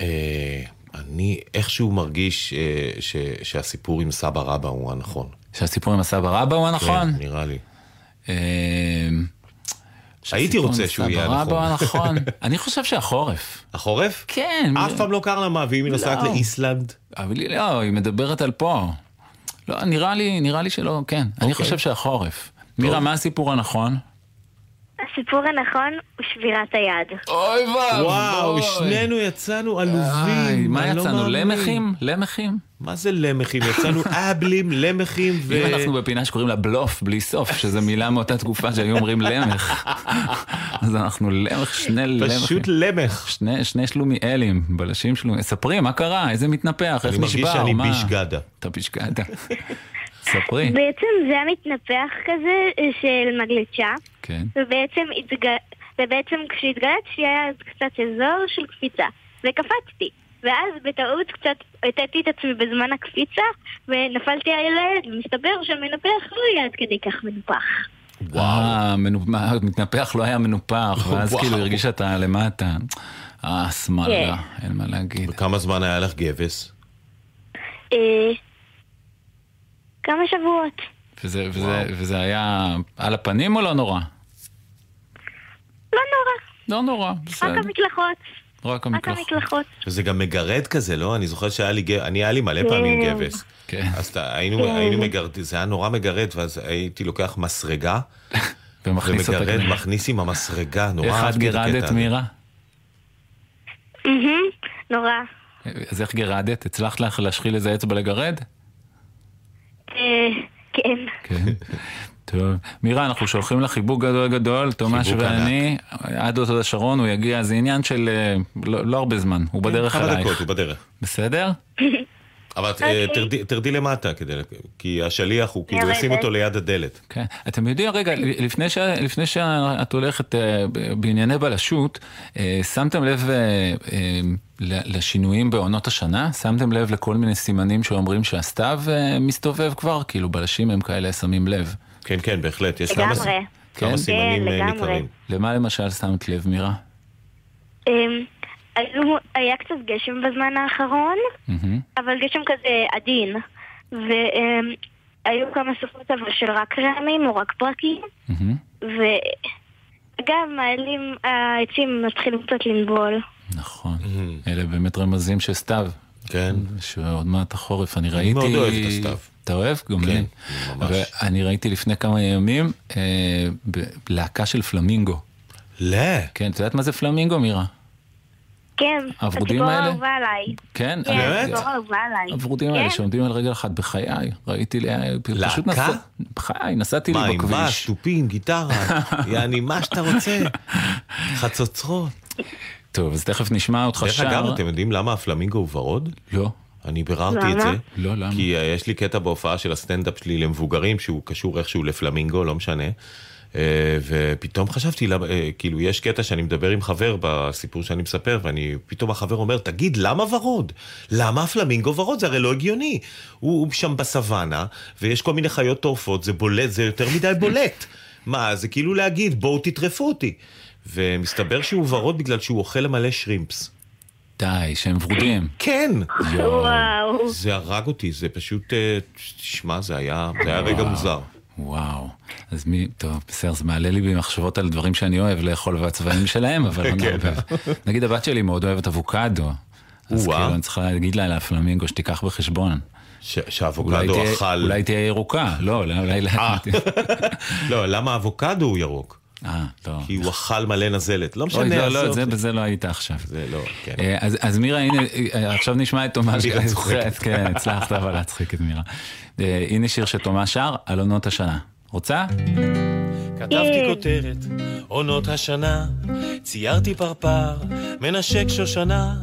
Speaker 4: אה, אני איכשהו מרגיש אה, ש- שהסיפור עם סבא רבא הוא הנכון.
Speaker 3: שהסיפור עם הסבא רבא הוא הנכון? אה,
Speaker 4: כן, נראה לי. הייתי
Speaker 3: שהסיפור עם
Speaker 4: רוצה שהוא
Speaker 3: סבא
Speaker 4: יהיה
Speaker 3: רבא הוא
Speaker 4: הנכון.
Speaker 3: הנכון. נכון. אני חושב שהחורף.
Speaker 4: החורף?
Speaker 3: כן.
Speaker 4: אף פעם לא קר למה, ואם היא נוסעת
Speaker 3: לא.
Speaker 4: לאיסלנד?
Speaker 3: אבל היא לא, היא מדברת על פה. לא, נראה לי, נראה לי שלא, כן.
Speaker 4: אוקיי.
Speaker 3: אני חושב שהחורף. מירה, מה הסיפור הנכון?
Speaker 11: הסיפור הנכון הוא שבירת היד.
Speaker 3: אוי
Speaker 4: וואו, שנינו
Speaker 3: אה.
Speaker 4: יצאנו עלובים.
Speaker 3: מה
Speaker 4: אני לא
Speaker 3: יצאנו?
Speaker 4: מאמין.
Speaker 3: למחים? למחים?
Speaker 4: מה זה למחים? יצאנו אבלים, למחים ו...
Speaker 3: אם אנחנו בפינה שקוראים לה בלוף, בלי סוף, שזו מילה מאותה תקופה שהיו אומרים למח, אז אנחנו למח, שני למחים.
Speaker 4: פשוט למח.
Speaker 3: שני, שני שלומיאלים, בלשים שלומיאלים. ספרי, מה קרה? איזה מתנפח?
Speaker 4: אני
Speaker 3: איך
Speaker 4: מרגיש
Speaker 3: נשבר?
Speaker 4: שאני
Speaker 3: מה?
Speaker 4: בישגדה.
Speaker 3: אתה בישגדה. ספרי.
Speaker 11: בעצם זה המתנפח כזה אה, של מגלצ'ה.
Speaker 3: כן.
Speaker 11: ובעצם, התג- ובעצם כשהתגלצתי היה אז קצת אזור של קפיצה, וקפצתי. ואז בטעות קצת הטעתי את עצמי בזמן הקפיצה, ונפלתי על היד, ומסתבר שהמנפח לא היה עד כדי כך מנופח.
Speaker 3: וואו. המתנפח לא היה מנופח, ואז
Speaker 4: וואו.
Speaker 3: כאילו הרגיש שאתה למטה. אה, שמאלה,
Speaker 11: כן.
Speaker 3: אין מה להגיד.
Speaker 4: כמה זמן היה לך גבס?
Speaker 11: אה, כמה שבועות.
Speaker 3: וזה, וזה, וזה היה על הפנים או לא נורא?
Speaker 11: לא נורא.
Speaker 3: לא נורא, בסדר.
Speaker 11: רק המקלחות.
Speaker 3: רק
Speaker 11: רק המקלחות.
Speaker 4: וזה גם מגרד כזה, לא? אני זוכר שהיה לי גבס, אני היה לי מלא פעמים
Speaker 11: כן.
Speaker 4: גבס.
Speaker 3: כן.
Speaker 4: אז אתה- היינו
Speaker 11: כן.
Speaker 4: היינו מגרד, זה היה נורא מגרד, ואז הייתי לוקח מסרגה.
Speaker 3: ומכניס אותה
Speaker 4: ומגרד,
Speaker 3: כנראה.
Speaker 4: מכניס עם המסרגה, נורא
Speaker 3: איך את
Speaker 4: אהבתי את הקטע
Speaker 3: גירדת,
Speaker 4: הזה.
Speaker 3: מירה?
Speaker 11: מהמם, נורא.
Speaker 3: אז איך גירדת? הצלחת לך להשחיל איזה אצבע לגרד?
Speaker 11: אה, כן.
Speaker 3: כן. טוב. מירה, אנחנו שולחים לך חיבוק גדול גדול, תומש
Speaker 4: חיבוק
Speaker 3: ואני, עד הוד השרון, הוא יגיע, זה עניין של אה, לא לא הרבה זמן, הוא בדרך
Speaker 4: כן, כמה
Speaker 3: אלייך.
Speaker 4: דקות, הוא בדרך.
Speaker 3: בסדר?
Speaker 4: אבל את,
Speaker 11: אוקיי.
Speaker 4: אה, תרדי- תרדי למטה, כדי... כי השליח הוא כאילו,
Speaker 11: יורדת.
Speaker 4: ישים אותו ליד הדלת.
Speaker 3: כן. אתם יודעים, רגע, לפני, ש... לפני שאת הולכת אה, ב- בענייני בלשות, אה, שמתם לב אה, אה, ל- לשינויים בעונות השנה? שמתם לב לכל מיני סימנים שאומרים שהסתיו אה, מסתובב כבר? כאילו בלשים הם כאלה שמים לב.
Speaker 4: כן, כן, בהחלט, יש כמה ס-
Speaker 11: לגמרי.
Speaker 4: כמה
Speaker 3: כן,
Speaker 4: סימנים אה,
Speaker 11: לגמרי.
Speaker 4: ניכרים.
Speaker 3: למה למשל שמת לב, מירה?
Speaker 11: אמ, היו- היה קצת גשם בזמן האחרון, אבל גשם כזה עדין. והיו כמה סופות אבל של רק רעמים או רק פרקים.
Speaker 3: מהמם.
Speaker 11: וגם העלים, העצים מתחילים קצת לנבול.
Speaker 3: נכון. אלה באמת רמזים של סתיו.
Speaker 4: Mhm. כן.
Speaker 3: שעוד מעט החורף, אני ראיתי...
Speaker 4: מאוד אוהב את הסתיו.
Speaker 3: אתה אוהב? גם
Speaker 4: כן,
Speaker 3: לי.
Speaker 4: ממש.
Speaker 3: ואני ראיתי לפני כמה ימים אה, ב- להקה של פלמינגו.
Speaker 4: לא.
Speaker 3: כן, את יודעת מה זה פלמינגו, מירה?
Speaker 11: כן,
Speaker 3: הוורודים
Speaker 11: הציפורה
Speaker 3: האלה?
Speaker 11: האהובה עליי.
Speaker 3: כן?
Speaker 11: כן, הציפורה האהובה עליי.
Speaker 3: הוורודים האלה שעומדים על רגל אחת, בחיי, ראיתי, ל- פשוט
Speaker 4: להקה?
Speaker 3: נסע- בחיי, נסעתי
Speaker 4: מה,
Speaker 3: לי
Speaker 4: עם בס,
Speaker 3: בכביש.
Speaker 4: תופים, גיטרה, יעני, מה שאתה רוצה. חצוצרות.
Speaker 3: טוב, אז תכף נשמע אותך
Speaker 4: דרך
Speaker 3: שר.
Speaker 4: אגב, אתם יודעים למה הפלמינגו הוא ורוד?
Speaker 3: לא.
Speaker 4: אני ביררתי את
Speaker 11: למה?
Speaker 4: זה.
Speaker 3: לא, למה?
Speaker 4: כי אה, יש לי קטע בהופעה של הסטנדאפ שלי למבוגרים, שהוא קשור איכשהו לפלמינגו, לא משנה. אה, ופתאום חשבתי, למה- אה, כאילו, יש קטע שאני מדבר עם חבר בסיפור שאני מספר, ואני, פתאום החבר אומר, תגיד, למה ורוד? למה הפלמינגו ורוד? זה הרי לא הגיוני. הוא, הוא שם בסוואנה, ויש כל מיני חיות טורפות, זה בולט, זה יותר מדי בולט. מה, זה כאילו להגיד, בואו תטרפו אותי. ומסתבר שהוא ורוד בגלל שהוא אוכל מלא שרימפס.
Speaker 3: די, שהם ורודים.
Speaker 4: כן!
Speaker 11: וואו.
Speaker 4: זה הרג אותי, זה פשוט, אה, תשמע, זה היה, זה היה רגע מוזר.
Speaker 3: וואו, אז מי, טוב, בסדר, זה מעלה לי במחשבות על דברים שאני אוהב לאכול והצבעים שלהם, אבל אני
Speaker 4: כן.
Speaker 3: לא אוהב. נגיד הבת שלי מאוד אוהבת אבוקדו, אז
Speaker 4: או-אה.
Speaker 3: כאילו אני צריכה להגיד לה על הפלמינגו שתיקח בחשבון.
Speaker 4: ש-
Speaker 3: אולי
Speaker 4: שהאבוקדו
Speaker 3: תהיה-
Speaker 4: אכל...
Speaker 3: לא,
Speaker 4: אה.
Speaker 3: אולי תהיה ירוקה, לא, אולי... אולי-
Speaker 4: לא, למה האבוקדו הוא ירוק?
Speaker 3: אה, לא.
Speaker 4: כי הוא אכל מלא נזלת. לא משנה,
Speaker 3: אוי, לא, לא,
Speaker 4: עזוב.
Speaker 3: זה- בזה לא היית עכשיו.
Speaker 4: זה לא, כן.
Speaker 3: אה, אז אז מירה, הנה, אה, עכשיו נשמע את תומש.
Speaker 4: מירה צוחקת.
Speaker 3: כן, הצלחת אבל להצחיק את מירה. אה, הנה שיר שתומש שר, על עונות השנה. רוצה?
Speaker 6: כתבתי כותרת, עונות השנה, ציירתי פרפר, מנשק שושנה,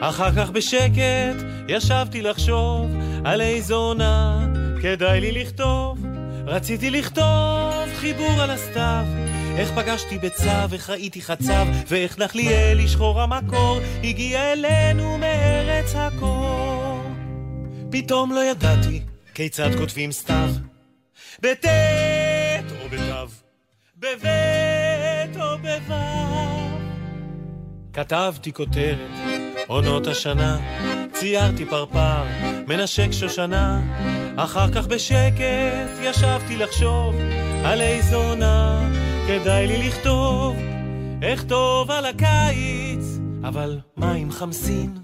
Speaker 6: אחר כך בשקט ישבתי לחשוב על איזו עונה כדאי לי לכתוב, רציתי לכתוב חיבור על הסתיו, איך פגשתי בצו, איך ראיתי חצב, ואיך נחליאלי שחור המקור, הגיע אלינו מארץ הקור. פתאום לא ידעתי כיצד כותבים סתיו, בטית או בתו. בבית או בוו. כתבתי כותרת, עונות השנה, ציירתי פרפר, מנשק שושנה, אחר כך בשקט ישבתי לחשוב על איזו עונה כדאי לי לכתוב, אכתוב על הקיץ, אבל מה עם חמסין?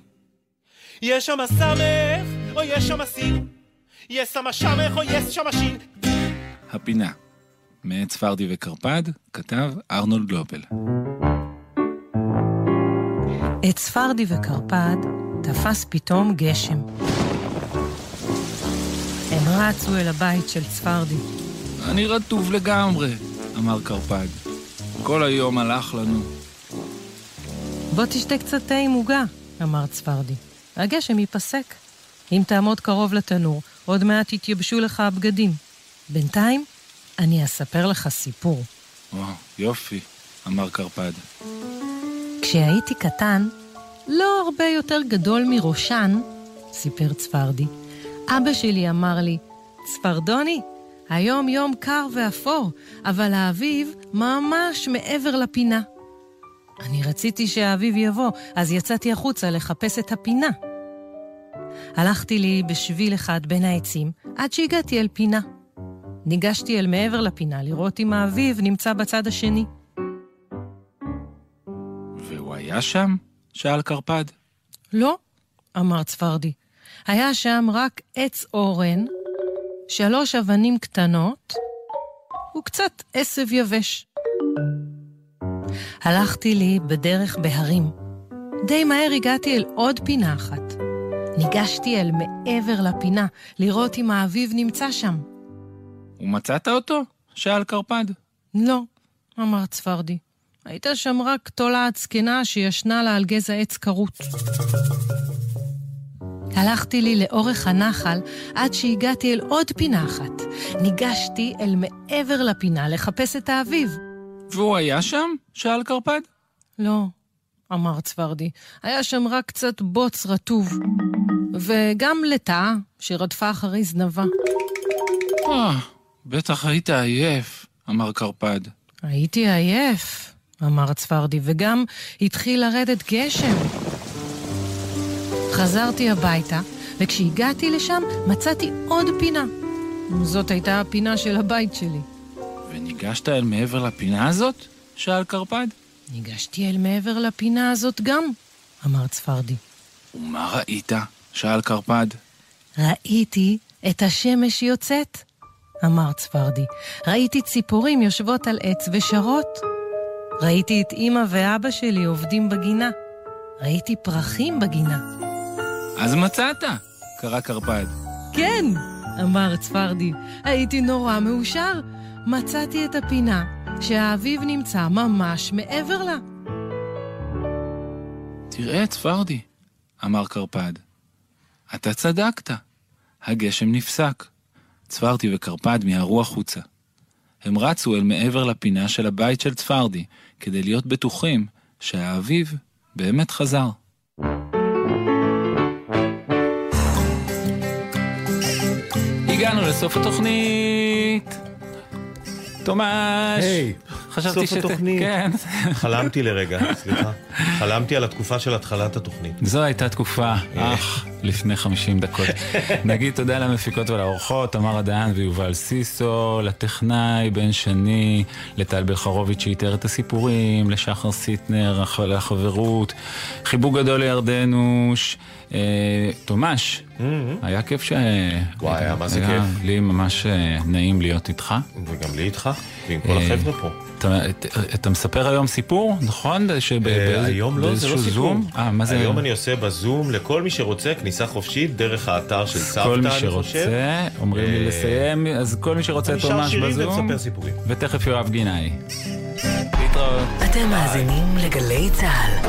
Speaker 6: יש שמה סמך או יש שמה סין? יש שמה שמך או יש שמה שין?
Speaker 3: הפינה, מאת ספרדי וקרפד, כתב ארנולד לובל.
Speaker 15: את ספרדי וקרפד תפס פתאום גשם. הם רצו אל הבית של צפרדי.
Speaker 3: אני רטוב לגמרי, אמר קרפד. כל היום הלך לנו.
Speaker 15: בוא תשתה קצת תה עם עוגה, אמר צפרדי. הגשם ייפסק. אם תעמוד קרוב לתנור, עוד מעט יתייבשו לך הבגדים. בינתיים, אני אספר לך סיפור.
Speaker 3: וואו, "אה, יופי, אמר קרפד.
Speaker 15: כשהייתי קטן, לא הרבה יותר גדול מראשן, סיפר צפרדי, אבא שלי אמר לי, צפרדוני, היום יום קר ואפור, אבל האביב ממש מעבר לפינה. אני רציתי שהאביב יבוא, אז יצאתי החוצה לחפש את הפינה. הלכתי לי בשביל אחד בין העצים, עד שהגעתי אל פינה. ניגשתי אל מעבר לפינה לראות אם האביב נמצא בצד השני.
Speaker 3: והוא היה שם? שאל קרפד.
Speaker 15: לא, אמר צפרדי. היה שם רק עץ אורן, שלוש אבנים קטנות וקצת עשב יבש. הלכתי לי בדרך בהרים. די מהר הגעתי אל עוד פינה אחת. ניגשתי אל מעבר לפינה, לראות אם האביב נמצא שם.
Speaker 3: ומצאת אותו? שאל קרפד.
Speaker 15: לא, אמר צפרדי. הייתה שם רק תולעת זקנה שישנה לה על גזע עץ כרות. הלכתי לי לאורך הנחל עד שהגעתי אל עוד פינה אחת. ניגשתי אל מעבר לפינה לחפש את האביב.
Speaker 3: והוא היה שם? שאל קרפד.
Speaker 15: לא, אמר צפרדי, היה שם רק קצת בוץ רטוב. וגם לטאה שרדפה אחרי זנבה.
Speaker 3: אה, בטח היית עייף, אמר קרפד.
Speaker 15: הייתי עייף, אמר צפרדי, וגם התחיל לרדת גשם. חזרתי הביתה, וכשהגעתי לשם מצאתי עוד פינה. זאת הייתה הפינה של הבית שלי.
Speaker 3: וניגשת אל מעבר לפינה הזאת? שאל קרפד.
Speaker 15: ניגשתי אל מעבר לפינה הזאת גם, אמר צפרדי.
Speaker 3: ומה ראית? שאל קרפד.
Speaker 15: ראיתי את השמש יוצאת, אמר צפרדי. ראיתי ציפורים יושבות על עץ ושרות. ראיתי את אמא ואבא שלי עובדים בגינה. ראיתי פרחים בגינה.
Speaker 3: אז מצאת! קרא קרפד.
Speaker 15: כן, אמר צפרדי, הייתי נורא מאושר. מצאתי את הפינה שהאביב נמצא ממש מעבר לה.
Speaker 3: תראה, צפרדי, אמר קרפד. אתה צדקת. הגשם נפסק. צפרדי וקרפד מיהרו החוצה. הם רצו אל מעבר לפינה של הבית של צפרדי, כדי להיות בטוחים שהאביב באמת חזר. הגענו לסוף התוכנית. תומש!
Speaker 4: היי,
Speaker 3: חשבתי
Speaker 4: סוף
Speaker 3: שת-
Speaker 4: התוכנית.
Speaker 3: כן.
Speaker 6: חלמתי לרגע, סליחה. חלמתי על התקופה של התחלת התוכנית.
Speaker 3: זו הייתה תקופה, אך, לפני 50 דקות. נגיד תודה למפיקות ולאורחות, תמרה דהן ויובל סיסו, לטכנאי בן שני, לטל בלחרוביץ' שאיתר את הסיפורים, לשחר סיטנר, הח- לחברות, חיבוק גדול לירדנוש, אה, תומש, היה כיף ש...
Speaker 4: Mm-hmm. וואי, היה מה זה
Speaker 3: היה
Speaker 4: כיף.
Speaker 3: לי ממש אה, נעים להיות איתך.
Speaker 4: וגם לי איתך, ועם כל
Speaker 3: אה,
Speaker 4: החבר'ה פה.
Speaker 3: אתה- אתה- אתה מספר היום סיפור, נכון? שב-
Speaker 4: אה,
Speaker 3: באיזה-
Speaker 4: היום לא, זה לא
Speaker 3: באיזשהו
Speaker 4: סיפור.
Speaker 3: זום? אה, מה זה?
Speaker 4: היום אני עושה בזום לכל מי שרוצה כניסה חופשית דרך האתר של סבתא,
Speaker 3: כל מי
Speaker 4: אני חושב.
Speaker 3: שרוצה, אומרים לי
Speaker 4: אה,
Speaker 3: לסיים, אז כל מי שרוצה את
Speaker 4: אני שר
Speaker 3: ממש
Speaker 4: שירים
Speaker 3: בזום,
Speaker 4: ומספר סיפורים.
Speaker 3: ותכף יואב גינאי. להתראות.
Speaker 16: אתם מאזינים לגלי צה"ל.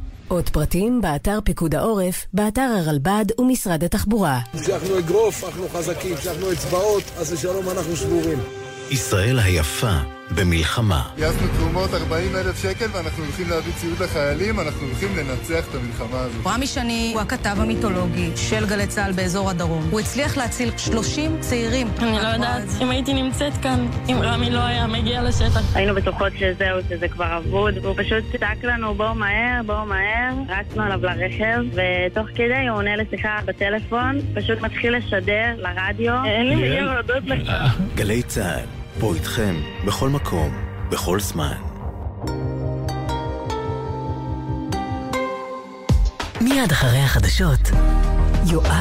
Speaker 17: עוד פרטים, באתר פיקוד העורף, באתר הרלב"ד ומשרד התחבורה.
Speaker 18: הצלחנו אגרוף, אנחנו חזקים, הצלחנו אצבעות, אז לשלום אנחנו שבורים.
Speaker 14: ישראל היפה במלחמה.
Speaker 19: גייסנו תרומות 40 אלף שקל ואנחנו הולכים להביא ציוד לחיילים, אנחנו הולכים לנצח את המלחמה הזאת.
Speaker 20: רמי שני הוא הכתב המיתולוגי של גלי צה"ל באזור הדרום. הוא הצליח להציל 30 צעירים.
Speaker 9: אני לא יודעת אם הייתי נמצאת כאן, אם רמי לא היה מגיע לשטח.
Speaker 21: היינו בטוחות שזהו, שזה כבר אבוד, והוא פשוט צעק לנו בואו מהר, בואו מהר, רצנו עליו לרכב, ותוך כדי הוא עונה לשיחה בטלפון, פשוט מתחיל לשדר לרדיו. אין לי מילים להודות לך.
Speaker 14: גלי צה"ל, פה איתכם, בכל מקום, בכל זמן.
Speaker 16: מיד אחרי החדשות, יואב